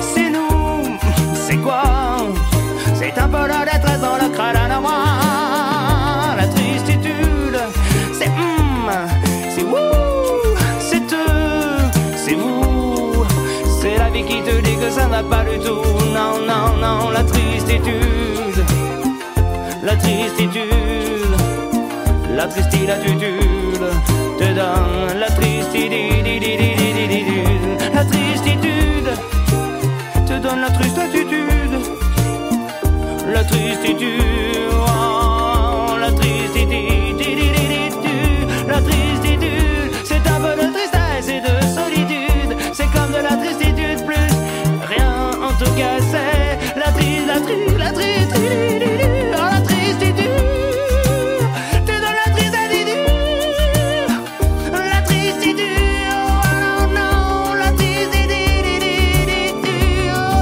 Speaker 10: c'est nous, c'est quoi C'est un peu la détresse dans la crâne à moi. La tristitude, c'est hum, c'est ouh, c'est eux, c'est vous. C'est la vie qui te dit que ça ne va pas du tout. Non, non, non, la tristitude, la tristitude. La tristille, la tutule, te donne la tristitude. La tristitude, te donne la tristitude. La tristitude, oh, la tristitude. La tristitude, c'est un peu de tristesse et de solitude. C'est comme de la tristitude plus rien, en tout cas, c'est la triste, la triste, la tristitude. Oh, la tristitude. T'es dans la tristitude, la tristitude, oh non, non, la tristitude, oh.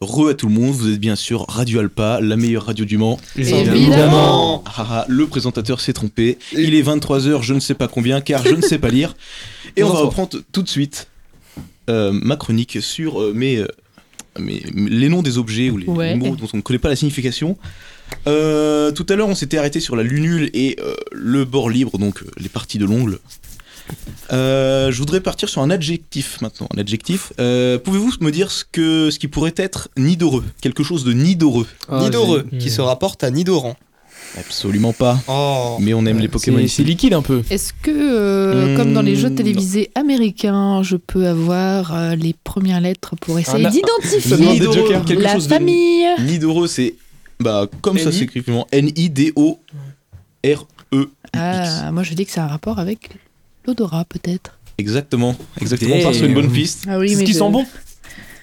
Speaker 6: Re à tout le monde, vous êtes bien sûr Radio Alpa, la meilleure radio du Mans.
Speaker 2: Évidemment.
Speaker 6: Ah, ah, le présentateur s'est trompé. Il est 23h, je ne sais pas combien, car je ne sais pas lire. Et on va reprendre tout de suite euh, ma chronique sur euh, mes, euh, mes- les noms des objets ou les
Speaker 2: Ouais.
Speaker 6: mots dont on ne connaît pas la signification. Euh, tout à l'heure, on s'était arrêté sur la lunule et euh, le bord libre, donc euh, les parties de l'ongle. Euh, je voudrais partir sur un adjectif maintenant. Un adjectif. Euh, Pouvez-vous me dire ce que ce qui pourrait être nidoreux, quelque chose de nidoreux,
Speaker 1: Nidoreux, qui se rapporte à Nidoran.
Speaker 6: Absolument pas. Mais on aime les Pokémon.
Speaker 4: c'est-
Speaker 6: ici.
Speaker 4: c'est liquide un peu.
Speaker 9: Est-ce que, euh,
Speaker 6: Hmm,
Speaker 9: comme dans les jeux télévisés américains, je peux avoir euh, les premières lettres pour essayer
Speaker 6: Un- Ça
Speaker 9: d'identifier
Speaker 6: Ah, demande des jokers, quelque
Speaker 9: la
Speaker 6: chose de-
Speaker 9: famille
Speaker 6: Nidoreux, c'est bah comme ça
Speaker 9: N-I-
Speaker 6: s'écrit vraiment. N i d o r e.
Speaker 9: Ah, moi je dis que c'est un rapport avec l'odorat peut-être.
Speaker 6: Exactement, exactement. On part sur une bonne piste.
Speaker 9: Ah oui,
Speaker 4: C'est ce
Speaker 9: mais
Speaker 4: qui
Speaker 9: je-
Speaker 4: sent bon.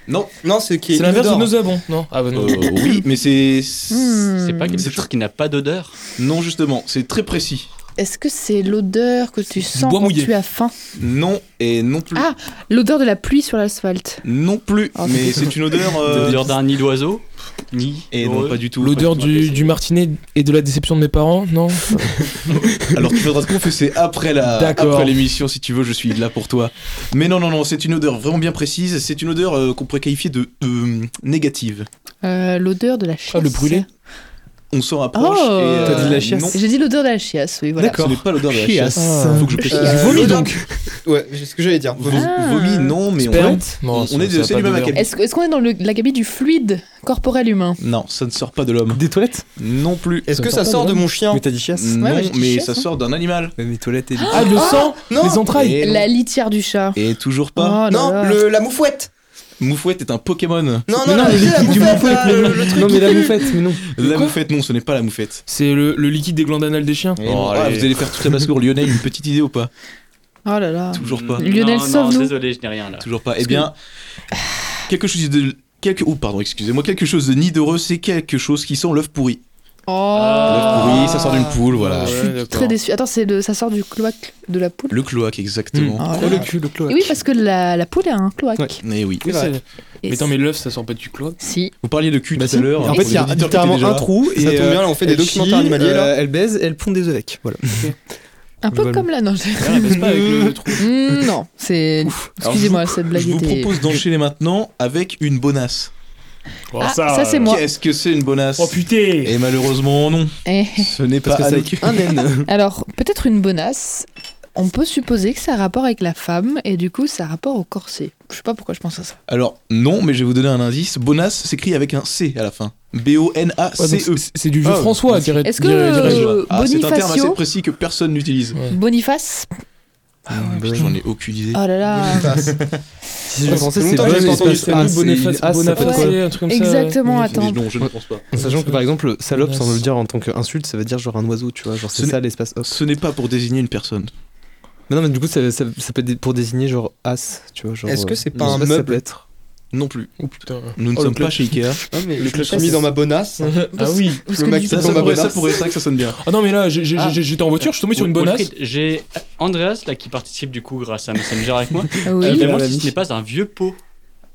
Speaker 6: Non, Euh,
Speaker 1: non, c'est qui
Speaker 4: C'est l'inverse de nous
Speaker 5: hein.
Speaker 4: avons. Non. Ah
Speaker 5: Euh,
Speaker 4: bah non.
Speaker 6: oui, mais c'est
Speaker 9: Hmm.
Speaker 3: C'est pas quelque chose qui n'a pas d'odeur.
Speaker 6: Non, justement, c'est très précis.
Speaker 9: Est-ce que c'est l'odeur que tu
Speaker 6: bois
Speaker 9: sens quand
Speaker 6: mouillé.
Speaker 9: tu as faim
Speaker 6: Non et non plus.
Speaker 9: Ah, l'odeur de la pluie sur l'asphalte.
Speaker 6: Non plus,
Speaker 9: Oh,
Speaker 6: mais
Speaker 9: c'est-
Speaker 6: c'est une odeur.
Speaker 3: Euh,
Speaker 6: euh,
Speaker 3: L'odeur d'un nid d'oiseau Ni.
Speaker 6: Et non,
Speaker 3: heureux.
Speaker 6: pas du tout.
Speaker 4: L'odeur du, du martinet et de la déception de mes parents, non
Speaker 6: Alors tu faudras te confesser après la
Speaker 4: D'accord.
Speaker 6: après l'émission si tu veux, je suis là pour toi. Mais non non non, c'est une odeur vraiment bien précise. C'est une odeur euh, qu'on pourrait qualifier de euh, négative.
Speaker 9: Euh, l'odeur de la chaise.
Speaker 6: brûlé on s'en rapproche. et,
Speaker 7: Oh.
Speaker 6: euh, non.
Speaker 7: J'ai dit l'odeur de la chiasse, oui, voilà.
Speaker 6: Ce n'est pas l'odeur de la
Speaker 7: Chiasse.
Speaker 6: chiasse. Faut que je précise.
Speaker 1: Euh, l'odeur- Ouais, c'est ce que j'allais dire. Vomi.
Speaker 7: Ah.
Speaker 6: Vomi, non, mais on
Speaker 4: Sperme.
Speaker 6: est,
Speaker 4: Non,
Speaker 6: on
Speaker 4: ça-
Speaker 6: est de
Speaker 4: ça a
Speaker 6: c'est
Speaker 4: pas
Speaker 6: du même
Speaker 4: d'odeur.
Speaker 6: acabit.
Speaker 7: Est-ce est-ce qu'on est dans le- l'acabit du fluide corporel humain
Speaker 6: Non, ça ne sort pas de l'homme.
Speaker 5: Des toilettes
Speaker 6: Non plus.
Speaker 1: Est-ce
Speaker 5: Ça
Speaker 1: que ça
Speaker 5: sort pas
Speaker 1: sort de
Speaker 5: de là.
Speaker 1: mon chien
Speaker 5: Mais t'as dit chiasse
Speaker 6: Non,
Speaker 7: ouais, je dis
Speaker 6: mais
Speaker 7: chiasse,
Speaker 6: ça
Speaker 7: hein.
Speaker 6: sort d'un animal.
Speaker 5: Mais mes toilettes et des-
Speaker 4: Ah, le sang
Speaker 1: Non.
Speaker 4: Les entrailles
Speaker 6: Et,
Speaker 7: La litière du chat.
Speaker 6: et toujours
Speaker 7: Oh là
Speaker 6: pas.
Speaker 1: Non,
Speaker 7: là.
Speaker 1: le, la moufouette
Speaker 6: Moufouette est un Pokémon.
Speaker 1: Non,
Speaker 5: Mais
Speaker 1: non, la-
Speaker 5: mais
Speaker 1: tu sais, la
Speaker 5: du
Speaker 1: moufouette, là,
Speaker 5: mais
Speaker 1: le-
Speaker 5: non.
Speaker 1: le truc
Speaker 5: Non,
Speaker 1: qui
Speaker 5: mais la
Speaker 1: pue.
Speaker 5: moufette, mais non.
Speaker 6: La moufette, non, ce n'est pas la moufette.
Speaker 4: C'est le, le liquide des glandes anales des chiens.
Speaker 6: Oh,
Speaker 3: non,
Speaker 6: ah,
Speaker 3: allez.
Speaker 6: vous allez faire toute la basse-cour lyonnais, une petite idée ou pas
Speaker 7: Oh là là.
Speaker 6: Toujours pas.
Speaker 7: Lionel,
Speaker 3: Non,
Speaker 7: sauve-nous.
Speaker 3: Non, désolé, je n'ai rien là.
Speaker 6: Toujours pas. Eh bien, quelque chose de. Quelque, oh, pardon, excusez-moi. Quelque chose de nidoreux, c'est quelque chose qui sent l'œuf pourri.
Speaker 7: Oh.
Speaker 4: Ah.
Speaker 6: L'œuf pourri, ça sort d'une poule,
Speaker 1: Ah,
Speaker 6: voilà.
Speaker 7: Je suis très déçu. Attends, c'est le, ça sort du cloaque de la poule.
Speaker 6: Le cloaque, exactement.
Speaker 7: Oh
Speaker 5: Oh,
Speaker 7: là
Speaker 5: le
Speaker 7: là.
Speaker 5: cul, le cloaque.
Speaker 7: Et oui, parce que la, la poule a un cloaque.
Speaker 5: Ouais.
Speaker 6: Eh oui.
Speaker 4: Oui, c'est-
Speaker 7: Et
Speaker 4: Mais attends, mais l'œuf, ça sort pas du cloaque.
Speaker 7: Si.
Speaker 6: Vous parliez de cul
Speaker 5: Bah,
Speaker 6: tout
Speaker 5: si.
Speaker 6: à l'heure.
Speaker 5: En fait, il y a littéralement un trou et.
Speaker 1: Ça tombe bien,
Speaker 5: euh,
Speaker 1: là, on fait des
Speaker 5: elle
Speaker 1: documentaires
Speaker 5: chie,
Speaker 1: animaliers, là.
Speaker 5: euh, Elle baise, elle pond des œufs avec. Voilà.
Speaker 7: Un peu
Speaker 5: Globalement.
Speaker 7: comme la non.
Speaker 4: Ah, elle passe pas avec le, le trou.
Speaker 7: Mm, non, c'est. Excusez-moi, cette blague
Speaker 6: Je vous
Speaker 7: était.
Speaker 6: propose d'enchaîner maintenant avec une bonasse.
Speaker 7: Ah, ça, c'est moi.
Speaker 6: Qu'est-ce que c'est une bonasse
Speaker 4: Oh putain
Speaker 6: Et malheureusement, non.
Speaker 7: Eh.
Speaker 6: Ce n'est pas
Speaker 5: Parce que c'est
Speaker 6: avec.
Speaker 5: avec un naine.
Speaker 7: Alors, peut-être une bonasse. On peut supposer que ça a rapport avec la femme et du coup, ça a rapport au corset. Je sais pas pourquoi je pense à ça.
Speaker 6: Alors, non, mais je vais vous donner un indice. Bonasse s'écrit avec un C à la fin.
Speaker 4: Ouais, donc
Speaker 6: B-O-N-A-C-E.
Speaker 4: c'est- C'est du vieux
Speaker 6: Ah,
Speaker 4: François, dirait.
Speaker 7: Est-ce que
Speaker 4: dirait- dirais-je.
Speaker 7: euh,
Speaker 6: E. Ah, c'est un terme assez
Speaker 7: Bonifacio
Speaker 6: précis que personne n'utilise.
Speaker 7: Boniface
Speaker 6: Putain, J'en ai aucune idée.
Speaker 7: Oh là là
Speaker 5: Si je
Speaker 1: Ouais,
Speaker 5: pensais,
Speaker 1: c'est
Speaker 5: c'est
Speaker 1: longtemps que j'ai
Speaker 5: bon,
Speaker 1: pas entendu
Speaker 5: espace
Speaker 1: ce
Speaker 5: A,
Speaker 1: nom.
Speaker 5: c'est-
Speaker 4: Boniface,
Speaker 5: A, ça peut être quoi
Speaker 4: Bonafacé, un truc comme ça.
Speaker 7: Exactement,
Speaker 4: Boniface.
Speaker 7: attends.
Speaker 6: Mais non, je ne pense pas.
Speaker 5: Sachant que par exemple, salope, ça on veut le
Speaker 4: Bonasse.
Speaker 5: dire en tant qu'insulte, ça veut dire genre un oiseau, tu vois. Genre
Speaker 6: Ce
Speaker 5: c'est
Speaker 6: n'est-
Speaker 5: ça l'espace hop.
Speaker 6: Ce n'est pas pour désigner une personne.
Speaker 5: Mais non, mais du coup, ça, ça- ça peut être pour désigner genre as, tu vois. genre,
Speaker 1: Est-ce que
Speaker 5: euh,
Speaker 1: c'est pas
Speaker 5: je sais
Speaker 1: un
Speaker 5: si ça
Speaker 1: meuble
Speaker 5: peut être.
Speaker 6: Non plus.
Speaker 4: Oh putain.
Speaker 6: Nous ne
Speaker 4: Oh, le
Speaker 6: sommes pas
Speaker 4: club.
Speaker 6: chez Ikea.
Speaker 1: Ah, mais
Speaker 4: Le
Speaker 1: je me suis
Speaker 4: clochard,
Speaker 1: mis
Speaker 4: c'est-
Speaker 1: dans ma bonasse.
Speaker 4: Ah oui.
Speaker 7: Parce
Speaker 1: Le
Speaker 7: que
Speaker 1: mec
Speaker 7: du
Speaker 1: qui
Speaker 7: coup-
Speaker 6: Ça,
Speaker 1: tombe
Speaker 6: ça,
Speaker 1: à
Speaker 6: pourrait,
Speaker 1: bonasse.
Speaker 6: ça pourrait, ça que ça sonne bien.
Speaker 4: Ah non, mais là, j'ai- j'ai-
Speaker 1: Ah.
Speaker 4: j'ai- j'étais en voiture, je suis tombé sur une bonasse.
Speaker 3: Wilfried, J'ai Andreas là qui participe du coup grâce à Messenger avec moi.
Speaker 7: Oui.
Speaker 6: Ah,
Speaker 3: Il me demande
Speaker 5: la
Speaker 3: si
Speaker 5: vie.
Speaker 3: ce n'est pas un vieux pot.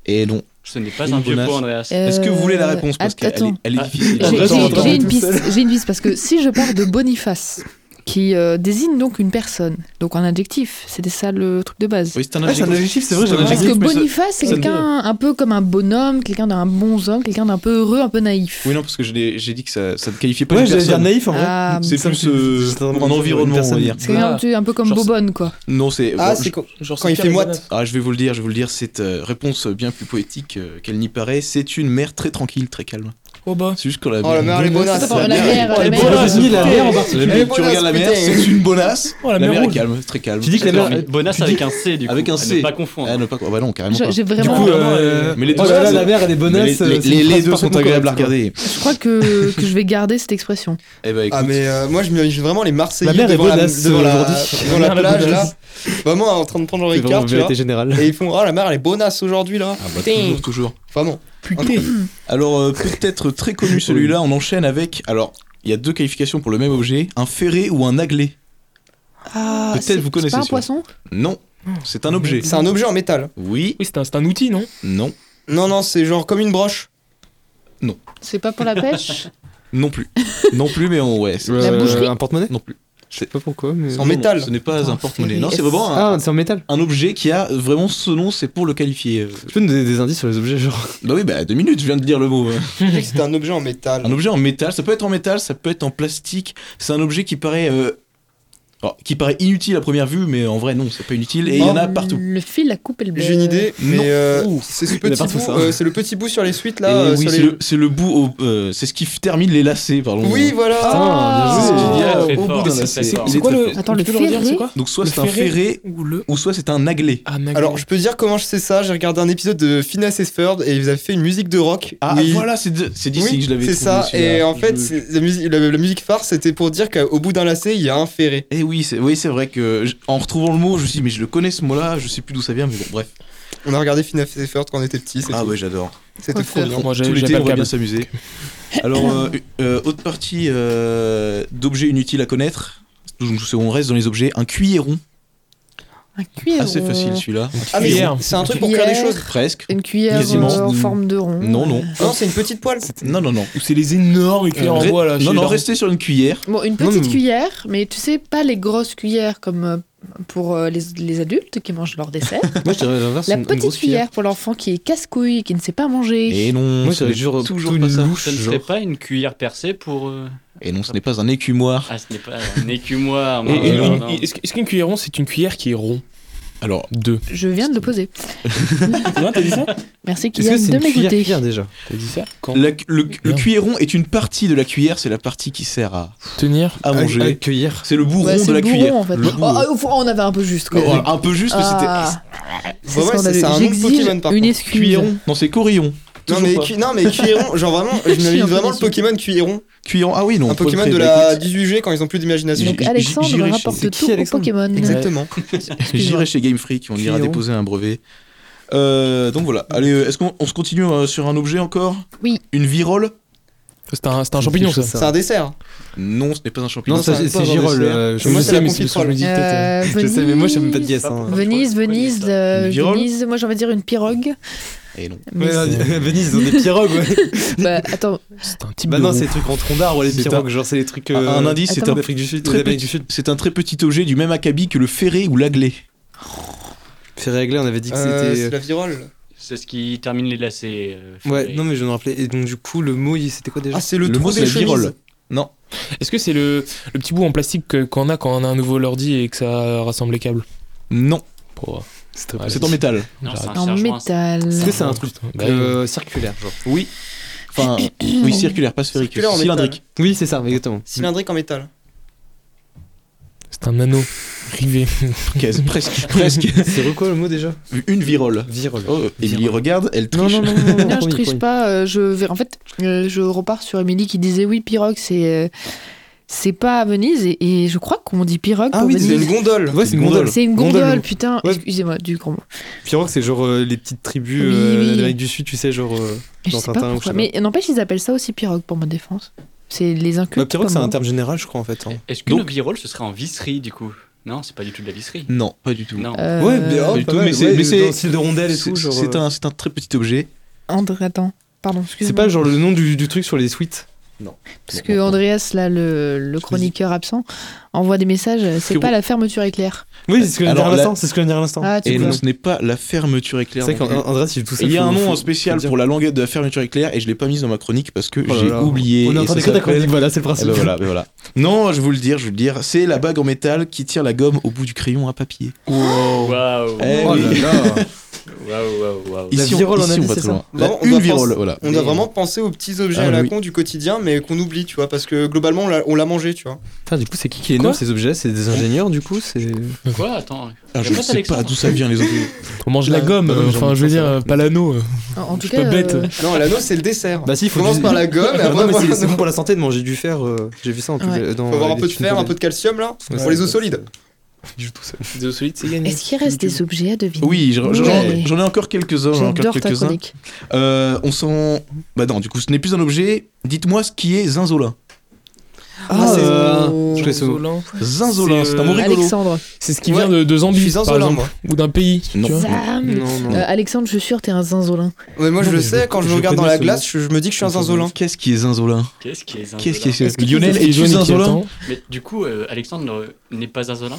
Speaker 6: Et non.
Speaker 3: Ce n'est pas
Speaker 6: Une
Speaker 3: un vieux
Speaker 6: bonasse.
Speaker 3: pot, Andreas.
Speaker 7: Euh,
Speaker 6: Est-ce que vous voulez la réponse Parce
Speaker 7: att-
Speaker 6: qu'elle est,
Speaker 7: attends.
Speaker 6: elle est
Speaker 3: Ah.
Speaker 6: difficile.
Speaker 7: J'ai-
Speaker 4: Attends,
Speaker 7: j'ai-
Speaker 4: attends,
Speaker 7: J'ai
Speaker 4: attends,
Speaker 7: une
Speaker 4: tout
Speaker 7: piste, j'ai une piste parce que si je pars de Boniface, qui euh, désigne donc une personne, donc un adjectif, c'était ça le truc de base.
Speaker 6: Oui, c'est un
Speaker 5: Ah, c'est un
Speaker 6: adjectif.
Speaker 5: adjectif, c'est vrai,
Speaker 6: C'est un
Speaker 5: j'avais
Speaker 7: Parce que
Speaker 6: adjectif, mais ça-
Speaker 7: Boniface, c'est
Speaker 6: ça me
Speaker 7: quelqu'un un peu comme un bonhomme, quelqu'un d'un bon homme, quelqu'un d'un peu heureux, un peu naïf.
Speaker 6: Oui, non, parce que je l'ai- j'ai dit que ça, ça ne qualifiait pas
Speaker 5: Ouais,
Speaker 6: une
Speaker 5: j'allais dire
Speaker 6: personne.
Speaker 5: naïf en vrai.
Speaker 7: Ah,
Speaker 6: C'est
Speaker 5: Ça,
Speaker 6: plus
Speaker 5: c'est-
Speaker 6: euh,
Speaker 5: c'est un-
Speaker 6: un
Speaker 5: une
Speaker 6: environnement, on
Speaker 5: personne.
Speaker 6: va dire.
Speaker 7: c'est quelqu'un
Speaker 4: Ah.
Speaker 7: tu sais, un peu comme
Speaker 6: Genre,
Speaker 7: Bobonne, quoi.
Speaker 6: Non, c'est.
Speaker 1: Ah,
Speaker 6: bon,
Speaker 1: c'est
Speaker 6: je-
Speaker 1: quand-
Speaker 4: Genre,
Speaker 1: quand il fait
Speaker 4: c'est Pierre
Speaker 1: moite.
Speaker 4: Bonasse.
Speaker 6: Ah, je vais vous le dire, je vais vous le dire, cette euh, réponse bien plus poétique euh, qu'elle n'y paraît, c'est une mer très tranquille, très calme.
Speaker 4: Oh bah.
Speaker 6: C'est juste quand la
Speaker 1: Oh la mère, les bonasses
Speaker 7: Attends, la mer,
Speaker 6: Oh,
Speaker 7: la
Speaker 6: les
Speaker 7: mer.
Speaker 6: bonasses.
Speaker 5: Ni la mer en
Speaker 6: La
Speaker 5: particulier.
Speaker 6: mer, tu regardes la mer, c'est une bonasse.
Speaker 4: Oh,
Speaker 6: La
Speaker 4: la
Speaker 6: mer
Speaker 4: mer
Speaker 6: est
Speaker 4: rouge.
Speaker 6: calme, très calme.
Speaker 5: Tu dis que la mer-
Speaker 6: Très
Speaker 5: euh,
Speaker 3: Bonasse
Speaker 5: tu
Speaker 3: avec un C du coup.
Speaker 6: Avec un
Speaker 3: à
Speaker 6: C.
Speaker 3: Ne pas
Speaker 6: Ah,
Speaker 3: confondre.
Speaker 6: ne pas. Bah non, carrément
Speaker 7: J'ai
Speaker 6: pas.
Speaker 7: j'ai
Speaker 5: Du
Speaker 7: vraiment.
Speaker 5: coup, euh,
Speaker 6: Mais les deux,
Speaker 5: oh là là,
Speaker 6: c'est-
Speaker 5: la mer et les bonasses.
Speaker 6: Mais les-
Speaker 5: euh, c'est
Speaker 6: les-
Speaker 5: une
Speaker 6: les
Speaker 5: phrase
Speaker 6: deux sont
Speaker 5: parfaitement
Speaker 6: agréables à
Speaker 5: correcte, hein. quoi.
Speaker 6: regarder.
Speaker 7: Je crois que, que je vais garder cette expression.
Speaker 6: Eh ben, écoute,
Speaker 1: Ah mais euh, moi je m'imagine vraiment les Marseillais
Speaker 5: La mer est
Speaker 1: devant, la,
Speaker 5: bonasse,
Speaker 1: devant, la,
Speaker 5: aujourd'hui.
Speaker 1: devant la
Speaker 5: La mer est
Speaker 1: plage là,
Speaker 5: bonasse.
Speaker 1: vraiment en train de prendre le
Speaker 5: C'est vraiment
Speaker 1: Ricard,
Speaker 5: une
Speaker 1: tu vois,
Speaker 5: vérité générale.
Speaker 1: et ils font ah la mer elle est bonasse aujourd'hui là,
Speaker 6: ah bah, toujours, toujours.
Speaker 1: vraiment.
Speaker 6: Alors, euh, peut-être très connu celui-là, on enchaîne avec. Alors, il y a deux qualifications pour le même objet un ferré ou un aglé.
Speaker 7: Ah,
Speaker 6: Peut-être
Speaker 7: c'est-
Speaker 6: vous connaissez
Speaker 7: C'est pas un poisson
Speaker 6: celui-là. Non, c'est un objet.
Speaker 1: C'est un objet en métal.
Speaker 6: Oui,
Speaker 4: Oui, c'est un, c'est un outil, non
Speaker 6: non,
Speaker 1: Non non c'est genre comme une broche.
Speaker 7: C'est pas pour la pêche
Speaker 6: non plus. Non plus, mais on, ouais. c'est-
Speaker 7: La
Speaker 5: Euh,
Speaker 7: boucherie
Speaker 5: Un porte-monnaie
Speaker 6: Non plus.
Speaker 5: Je sais pas pourquoi, mais.
Speaker 1: En métal.
Speaker 6: Ce n'est pas
Speaker 7: Attends,
Speaker 6: un porte-monnaie.
Speaker 7: ferré.
Speaker 6: Non, c'est vraiment un,
Speaker 5: Ah, c'est en métal.
Speaker 6: un objet qui a vraiment ce nom, c'est pour le qualifier. euh.
Speaker 5: Tu peux nous donner des indices sur les objets, genre.
Speaker 6: Bah oui, bah deux minutes, je viens de dire le mot. hein.
Speaker 1: Je sais que C'était un objet en
Speaker 6: Un
Speaker 1: métal.
Speaker 6: objet en métal, ça peut être en métal, ça peut être en plastique. C'est un objet qui paraît. euh, alors, qui paraît inutile à première vue, mais en vrai, non, c'est pas inutile. Et il y en a partout.
Speaker 7: Le fil a coupé le
Speaker 1: J'ai une idée,
Speaker 6: Non.
Speaker 1: mais euh,
Speaker 6: Ouh.
Speaker 1: c'est ce
Speaker 6: Il y en a
Speaker 1: petit
Speaker 6: partout,
Speaker 1: bout,
Speaker 6: ça.
Speaker 1: euh, c'est le petit bout sur les suites
Speaker 6: Et
Speaker 1: là. euh,
Speaker 6: oui,
Speaker 1: sur
Speaker 6: c'est
Speaker 1: les-
Speaker 6: le, c'est le bout, au- euh, c'est ce qui f- termine les lacets, pardon.
Speaker 1: Oui voilà.
Speaker 5: Ah,
Speaker 6: C'est ce
Speaker 5: bien
Speaker 6: qu'il y a
Speaker 3: Oh,
Speaker 6: au
Speaker 3: très
Speaker 6: bout
Speaker 3: fort,
Speaker 6: d'un
Speaker 3: c'est
Speaker 6: lacet.
Speaker 3: très
Speaker 6: Il
Speaker 3: fort.
Speaker 6: est
Speaker 4: C'est quoi
Speaker 6: très
Speaker 4: le.
Speaker 6: fort.
Speaker 7: Attends,
Speaker 4: tu
Speaker 7: le
Speaker 4: peux redire,
Speaker 7: ferré
Speaker 4: C'est quoi
Speaker 6: Donc soit
Speaker 4: Le
Speaker 6: c'est un ferré,
Speaker 4: ou le.
Speaker 6: ou soit c'est un aglé.
Speaker 4: Ah, ma
Speaker 1: Alors
Speaker 4: gueule.
Speaker 1: je peux dire comment je sais ça. J'ai regardé un épisode de Finesse et Ferb et ils avaient fait une musique de rock.
Speaker 6: Ah
Speaker 1: où ils-
Speaker 6: voilà, c'est de- c'est d'ici
Speaker 1: Oui,
Speaker 6: que je l'avais
Speaker 1: c'est
Speaker 6: trouvé,
Speaker 1: ça.
Speaker 6: celui-là.
Speaker 1: Et en fait,
Speaker 6: Je-
Speaker 1: c'est- la, musique, la- la musique phare, c'était pour dire qu'au bout d'un lacet, il y a un ferré.
Speaker 6: Eh oui, c'est oui, c'est vrai que je- en retrouvant le mot, je me suis dit, mais je le connais ce mot-là, je sais plus d'où ça vient, mais bon, bref.
Speaker 1: On a regardé Final Fantasy First quand on était petit.
Speaker 6: Ah ouais, j'adore.
Speaker 1: C'était trop bien.
Speaker 4: Moi, j'ai-
Speaker 6: Tout
Speaker 4: j'ai
Speaker 6: l'été,
Speaker 4: pas
Speaker 6: on
Speaker 4: le
Speaker 6: va
Speaker 4: câble.
Speaker 6: bien s'amuser. Alors, euh, euh, autre partie euh, d'objets inutiles à connaître. Donc, c'est- on reste dans les objets. Un cuilleron.
Speaker 7: Ah, Un cuillère.
Speaker 6: Assez facile celui-là.
Speaker 1: Ah, mais
Speaker 4: Cuillère.
Speaker 1: c'est- c'est un truc pour cuire des choses.
Speaker 6: Presque.
Speaker 7: Une cuillère
Speaker 6: Quasiment.
Speaker 7: euh, en forme de rond.
Speaker 6: Non, non.
Speaker 1: Non, c'est une petite poêle.
Speaker 6: Non, non, non.
Speaker 4: Ou c'est les énormes éclairs en
Speaker 6: Euh, Re-
Speaker 4: bois là.
Speaker 6: non,
Speaker 4: chez
Speaker 6: non,
Speaker 4: Darwin.
Speaker 6: restez sur une cuillère.
Speaker 7: Bon, une
Speaker 5: Non,
Speaker 7: petite
Speaker 5: mais-
Speaker 7: cuillère, mais tu sais, pas les grosses cuillères comme euh, pour euh, les, les adultes qui mangent leur dessert.
Speaker 5: Moi, je dirais l'inverse,
Speaker 7: la
Speaker 5: une- une
Speaker 7: petite
Speaker 5: grosse cuillère.
Speaker 7: cuillère pour l'enfant qui est casse-couille, qui ne sait pas manger.
Speaker 6: Et non,
Speaker 5: Moi,
Speaker 6: ce
Speaker 5: j'aurais
Speaker 6: n'est
Speaker 5: toujours-
Speaker 6: toujours
Speaker 5: tout
Speaker 6: pas ça.
Speaker 5: louche,
Speaker 3: Ça ne serait
Speaker 5: genre.
Speaker 3: pas une cuillère percée pour. euh,
Speaker 6: Et non, ce n'est pas un écumoire.
Speaker 3: Ah, ce n'est pas un écumoire.
Speaker 4: Et-
Speaker 3: non,
Speaker 4: et-
Speaker 3: non,
Speaker 4: et-
Speaker 3: non.
Speaker 4: Est-ce que- est-ce qu'une cuillère ronde, c'est une cuillère qui est rond
Speaker 6: Alors,
Speaker 4: Deux.
Speaker 7: Je viens de le poser.
Speaker 4: Non, t'as dit ça
Speaker 7: Merci
Speaker 5: Est-ce que
Speaker 7: Kylian
Speaker 5: c'est
Speaker 7: de
Speaker 5: une cuillère
Speaker 7: m'écouter.
Speaker 5: cuillère déjà
Speaker 4: T'as dit ça Quand
Speaker 6: la cu- le, le
Speaker 4: Non.
Speaker 6: cuilleron est une partie de la cuillère, c'est la partie qui sert à,
Speaker 4: Tenir.
Speaker 6: à manger.
Speaker 5: Ah, cuillère.
Speaker 6: C'est le bourron
Speaker 7: Ouais,
Speaker 6: de
Speaker 7: c'est
Speaker 6: la
Speaker 7: le bourron,
Speaker 6: cuillère.
Speaker 7: en fait.
Speaker 6: Le
Speaker 7: Oh,
Speaker 6: bourron.
Speaker 7: oh, faut- oh, on avait un peu juste. quoi.
Speaker 6: Oh, voilà, un peu juste, mais
Speaker 7: Ah, c'est
Speaker 1: Ouais, ouais,
Speaker 7: scandaleux.
Speaker 1: c'est un nom de
Speaker 7: J'exige
Speaker 1: Pokémon, par
Speaker 7: une
Speaker 1: contre.
Speaker 6: c'était
Speaker 7: excuse.
Speaker 6: cuilleron. Non, c'est corillon.
Speaker 1: Non
Speaker 6: Toujours
Speaker 1: mais,
Speaker 6: pas.
Speaker 1: cu- non mais Cuiron, genre vraiment, je
Speaker 7: Je suis
Speaker 1: m'imagine
Speaker 7: un peu
Speaker 1: vraiment le
Speaker 7: déçue.
Speaker 1: Pokémon Cuiron.
Speaker 6: Cuilleron. Ah oui, non.
Speaker 1: Un
Speaker 6: faut
Speaker 1: Pokémon
Speaker 6: le
Speaker 1: de
Speaker 6: créer.
Speaker 1: la
Speaker 6: Bah,
Speaker 1: 18G quand ils ont plus d'imagination.
Speaker 7: Donc
Speaker 6: J- j-
Speaker 7: Alexandre
Speaker 6: j'irai chez-
Speaker 5: c'est
Speaker 7: rapporte
Speaker 5: qui,
Speaker 7: tout aux
Speaker 5: Alexandre
Speaker 7: Pokémon.
Speaker 1: Exactement.
Speaker 6: écoute, J'irai chez Game Freak, on ira
Speaker 5: Cuilleron.
Speaker 6: déposer un brevet. Euh, donc voilà. Allez, euh, est-ce qu'on on se continue euh, sur un objet encore
Speaker 7: Oui.
Speaker 6: Une virole
Speaker 4: C'est un, c'est un champignon, ça.
Speaker 1: C'est un dessert.
Speaker 6: Non, ce n'est pas un champignon.
Speaker 5: Non, ça, c'est
Speaker 1: c'est pas
Speaker 5: c'est
Speaker 1: genre
Speaker 5: girole.
Speaker 1: dessert.
Speaker 5: euh,
Speaker 1: Moi,
Speaker 5: me
Speaker 1: c'est
Speaker 5: sais,
Speaker 1: la
Speaker 5: mais c'est parce que je me dis
Speaker 1: confiture,
Speaker 5: peut-être, euh,
Speaker 7: Euh,
Speaker 5: Je sais, mais moi, j'aime pas de
Speaker 7: Venise-
Speaker 5: yes. hein.
Speaker 7: Venise, Venise, euh,
Speaker 6: Une virole
Speaker 7: Venise. Moi, j'ai envie de dire une pirogue.
Speaker 6: Et non.
Speaker 7: Mais
Speaker 5: Ouais, euh, Venise, ils ont des pirogues, ouais.
Speaker 7: bah, attends,
Speaker 4: C'est un type
Speaker 5: Bah
Speaker 4: de
Speaker 5: non,
Speaker 4: rond.
Speaker 5: c'est des trucs en tronc d'arbre, les
Speaker 6: C'est
Speaker 5: pirogues. Genre, c'est des trucs.
Speaker 6: Un- un indice, c'est
Speaker 7: Attends.
Speaker 6: un,
Speaker 5: d'Afrique du Sud.
Speaker 6: très
Speaker 5: d'Amérique
Speaker 6: petit,
Speaker 5: du Sud.
Speaker 6: c'est un très petit objet du même acabit que le ferré ou l'aglé.
Speaker 5: C'est réglé, on avait dit que
Speaker 1: Euh, C'est
Speaker 5: c'était.
Speaker 1: la virole.
Speaker 3: C'est ce qui termine les lacets. euh,
Speaker 5: Ouais,
Speaker 3: Frédéric.
Speaker 5: non, mais je me rappelais. Et donc, du coup, le mot, il- c'était quoi déjà
Speaker 1: Ah c'est le,
Speaker 6: Le
Speaker 1: trou
Speaker 6: mot, c'est
Speaker 1: des
Speaker 6: la virole.
Speaker 1: chemises.
Speaker 6: Non.
Speaker 4: Est-ce que c'est le, le petit bout en plastique que- qu'on a quand on a un nouveau ordi et que ça rassemble les câbles
Speaker 6: Non.
Speaker 4: Pour-
Speaker 5: Ah,
Speaker 4: Ouais,
Speaker 6: C'est en métal.
Speaker 3: Non, c'est un
Speaker 7: en
Speaker 3: serre-joint,
Speaker 7: métal.
Speaker 5: Est-ce que c'est un truc
Speaker 4: Putain, bah,
Speaker 5: euh, circulaire genre
Speaker 6: Oui. Enfin, oui, circulaire, pas sphérique.
Speaker 1: Circulaire en métal.
Speaker 6: cylindrique.
Speaker 5: Oui, c'est ça, exactement.
Speaker 1: Cylindrique en métal.
Speaker 4: C'est un anneau rivé.
Speaker 6: Quasi- presque, presque.
Speaker 5: C'est re- quoi le mot déjà
Speaker 6: Une virole.
Speaker 5: Virole.
Speaker 6: Oh, Emily
Speaker 5: Virole.
Speaker 6: regarde, elle triche.
Speaker 5: non, non,
Speaker 7: Non, je
Speaker 5: promis,
Speaker 7: triche
Speaker 5: promis.
Speaker 7: pas. euh, je vais... En fait, euh, je repars sur Émilie qui disait oui, pirogue, c'est. euh, C'est pas à Venise et, et je crois qu'on dit pirogue
Speaker 5: Ah
Speaker 7: pour
Speaker 5: oui,
Speaker 1: C'est une
Speaker 7: Venise.
Speaker 1: gondole.
Speaker 5: Ouais, c'est une gondole.
Speaker 7: C'est une gondole,
Speaker 5: Gondole.
Speaker 7: putain.
Speaker 5: Ouais.
Speaker 7: Excusez-moi du grand mot.
Speaker 5: Pirogue, c'est genre euh, les petites tribus
Speaker 7: Oui,
Speaker 5: euh,
Speaker 7: oui.
Speaker 5: d'Amérique du Sud, tu sais, genre. euh,
Speaker 7: Je
Speaker 5: Dans
Speaker 7: sais
Speaker 5: Tintin
Speaker 7: pas
Speaker 5: ou je
Speaker 7: pourquoi.
Speaker 5: sais
Speaker 7: Mais n'empêche, ils appellent ça aussi pirogue pour ma défense. C'est les incultes.
Speaker 5: Bah, pirogue,
Speaker 7: pas
Speaker 5: c'est un
Speaker 7: moi.
Speaker 5: terme général, je crois, en fait. hein.
Speaker 3: Est-ce que
Speaker 6: Donc-
Speaker 3: le virole, ce serait en visserie, du coup Non, c'est pas du tout de la visserie.
Speaker 6: Non, pas du tout.
Speaker 3: Non.
Speaker 7: Euh,
Speaker 5: Ouais, mais, oh,
Speaker 6: Pas du
Speaker 5: pas
Speaker 6: tout,
Speaker 5: mal,
Speaker 6: mais c'est-
Speaker 5: ouais,
Speaker 6: mais c'est-
Speaker 5: dans le style de rondelle et
Speaker 6: C'est
Speaker 5: tout. genre,
Speaker 6: c'est
Speaker 5: euh,
Speaker 6: un, c'est un très petit objet.
Speaker 7: André, attends. Pardon, excuse-moi.
Speaker 5: C'est pas genre le nom du, du truc sur les suites.
Speaker 7: Parce que Andreas, là, le, le chroniqueur absent, envoie des messages. euh, C'est
Speaker 6: que
Speaker 7: pas
Speaker 6: vous-
Speaker 7: la fermeture éclair.
Speaker 5: Oui, c'est ce que je viens de dire à
Speaker 6: Alors, la-
Speaker 5: l'instant. C'est ce que je viens de dire à l'instant.
Speaker 7: Ah, tu
Speaker 6: Et
Speaker 7: vois.
Speaker 6: non, ce n'est pas la fermeture
Speaker 5: C'est
Speaker 6: éclair.
Speaker 5: vrai
Speaker 6: non plus.
Speaker 5: qu'André, il tout ça.
Speaker 6: Et il y a
Speaker 5: faut-
Speaker 6: un nom
Speaker 5: faut-
Speaker 6: spécial
Speaker 5: faut le
Speaker 6: pour la langue de la fermeture éclair et je l'ai pas mise dans ma chronique parce que
Speaker 5: dire. Oh là
Speaker 6: j'ai
Speaker 5: là.
Speaker 6: oublié.
Speaker 5: On est en
Speaker 6: et
Speaker 5: train
Speaker 6: ça
Speaker 5: d'écouter ta
Speaker 6: s'appelle-
Speaker 5: chronique, voilà, c'est le
Speaker 6: Eh
Speaker 5: principe.
Speaker 6: ben voilà, ben voilà. Non, je vous le dire, je vous le dire, c'est la bague en métal qui tire la gomme au bout du crayon à papier.
Speaker 3: Waouh Waouh
Speaker 6: Eh
Speaker 5: Oh là
Speaker 6: oui.
Speaker 5: là.
Speaker 6: Euh,
Speaker 3: Waouh waouh waouh.
Speaker 5: La
Speaker 6: Ici, on-
Speaker 5: virole en
Speaker 6: ici, on
Speaker 5: avis,
Speaker 6: va
Speaker 5: c'est
Speaker 6: très
Speaker 5: ça
Speaker 6: loin.
Speaker 1: Bah,
Speaker 6: La-
Speaker 1: on
Speaker 6: Une
Speaker 1: doit
Speaker 6: virole,
Speaker 1: penser-
Speaker 6: voilà.
Speaker 1: On doit vraiment penser aux petits objets
Speaker 6: Ah,
Speaker 1: à la
Speaker 6: oui.
Speaker 1: con du quotidien mais qu'on oublie, tu vois, parce que globalement on l'a- on l'a mangé, tu vois.
Speaker 5: Putain, du coup, c'est qui qui les nomme ces objets C'est des ingénieurs, du coup C'est.
Speaker 3: Quoi Attends.
Speaker 6: Ah, je
Speaker 3: Y'a pas
Speaker 6: sais pas
Speaker 3: d'Alexandre
Speaker 6: d'où ça vient les autres.
Speaker 4: On mange de
Speaker 5: Ah,
Speaker 4: la
Speaker 1: Bah,
Speaker 4: gomme,
Speaker 6: bah non,
Speaker 4: euh,
Speaker 6: mais j'en
Speaker 4: enfin,
Speaker 6: ai
Speaker 4: je veux
Speaker 6: pas,
Speaker 4: dire,
Speaker 6: ça.
Speaker 4: euh, pas l'anneau. euh,
Speaker 7: En, en tout
Speaker 4: je suis
Speaker 7: cas.
Speaker 4: pas bête.
Speaker 7: euh,
Speaker 1: Non, l'anneau c'est le dessert.
Speaker 5: Bah si,
Speaker 1: On commence
Speaker 5: du-
Speaker 1: par la gomme et après
Speaker 5: Ah non,
Speaker 1: on
Speaker 5: mais
Speaker 1: va
Speaker 5: c'est-
Speaker 1: voir
Speaker 5: c'est bon pour la santé de manger du fer. euh, J'ai vu ça en tout
Speaker 7: Ouais.
Speaker 5: cas. dans-
Speaker 1: Faut avoir un
Speaker 5: les
Speaker 1: peu de
Speaker 5: films
Speaker 1: fer, un
Speaker 5: télé.
Speaker 1: peu de calcium là,
Speaker 5: Ouais.
Speaker 1: pour les eaux solides.
Speaker 5: Du tout seul. Des eaux solides, c'est gagné.
Speaker 7: Est-ce qu'il reste des objets à deviner
Speaker 6: Oui, j'en j'en-
Speaker 7: Ouais.
Speaker 6: j'en ai encore quelques-uns. j'en ai encore
Speaker 7: J'adore ta
Speaker 6: quelques-uns.
Speaker 7: chronique.
Speaker 6: Euh, on s'en. Bah non, du coup, ce n'est plus un objet. Dites-moi ce qui est zinzolin.
Speaker 5: Ah, c'est.
Speaker 7: Oh.
Speaker 5: Je connais ce mot.
Speaker 4: Zolan.
Speaker 6: Zinzolin,
Speaker 4: C'est,
Speaker 6: c'est un mot
Speaker 4: euh,
Speaker 6: rigolo.
Speaker 7: Alexandre.
Speaker 4: C'est ce qui
Speaker 1: Ouais.
Speaker 4: vient de, de
Speaker 1: Je
Speaker 4: Zambie,
Speaker 1: suis
Speaker 4: par
Speaker 1: zinzolin
Speaker 4: exemple,
Speaker 1: moi.
Speaker 4: ou d'un pays. tu
Speaker 6: Non.
Speaker 4: vois.
Speaker 7: Zam.
Speaker 5: Non, non.
Speaker 7: Euh, Alexandre, je suis sûr, t'es un zinzolin.
Speaker 1: Ouais, moi je
Speaker 4: Non,
Speaker 1: le
Speaker 4: mais
Speaker 1: sais,
Speaker 4: je-
Speaker 1: quand je
Speaker 4: je
Speaker 1: me regarde dans
Speaker 4: connais
Speaker 1: la
Speaker 4: ce
Speaker 1: glace,
Speaker 4: mot.
Speaker 1: je, je me dis que je suis un zinzolin.
Speaker 6: Hein, Qu'est-ce qui est zinzolin
Speaker 3: Qu'est-ce qui est
Speaker 6: Qu'est-ce qui
Speaker 3: Zinzolin
Speaker 6: est
Speaker 7: que tu
Speaker 6: Lionel,
Speaker 4: Qu'est-ce qui est
Speaker 6: es-tu
Speaker 4: jaune et qui
Speaker 6: zinzolin
Speaker 4: attend
Speaker 3: Mais du coup, euh, Alexandre euh, n'est pas zinzolin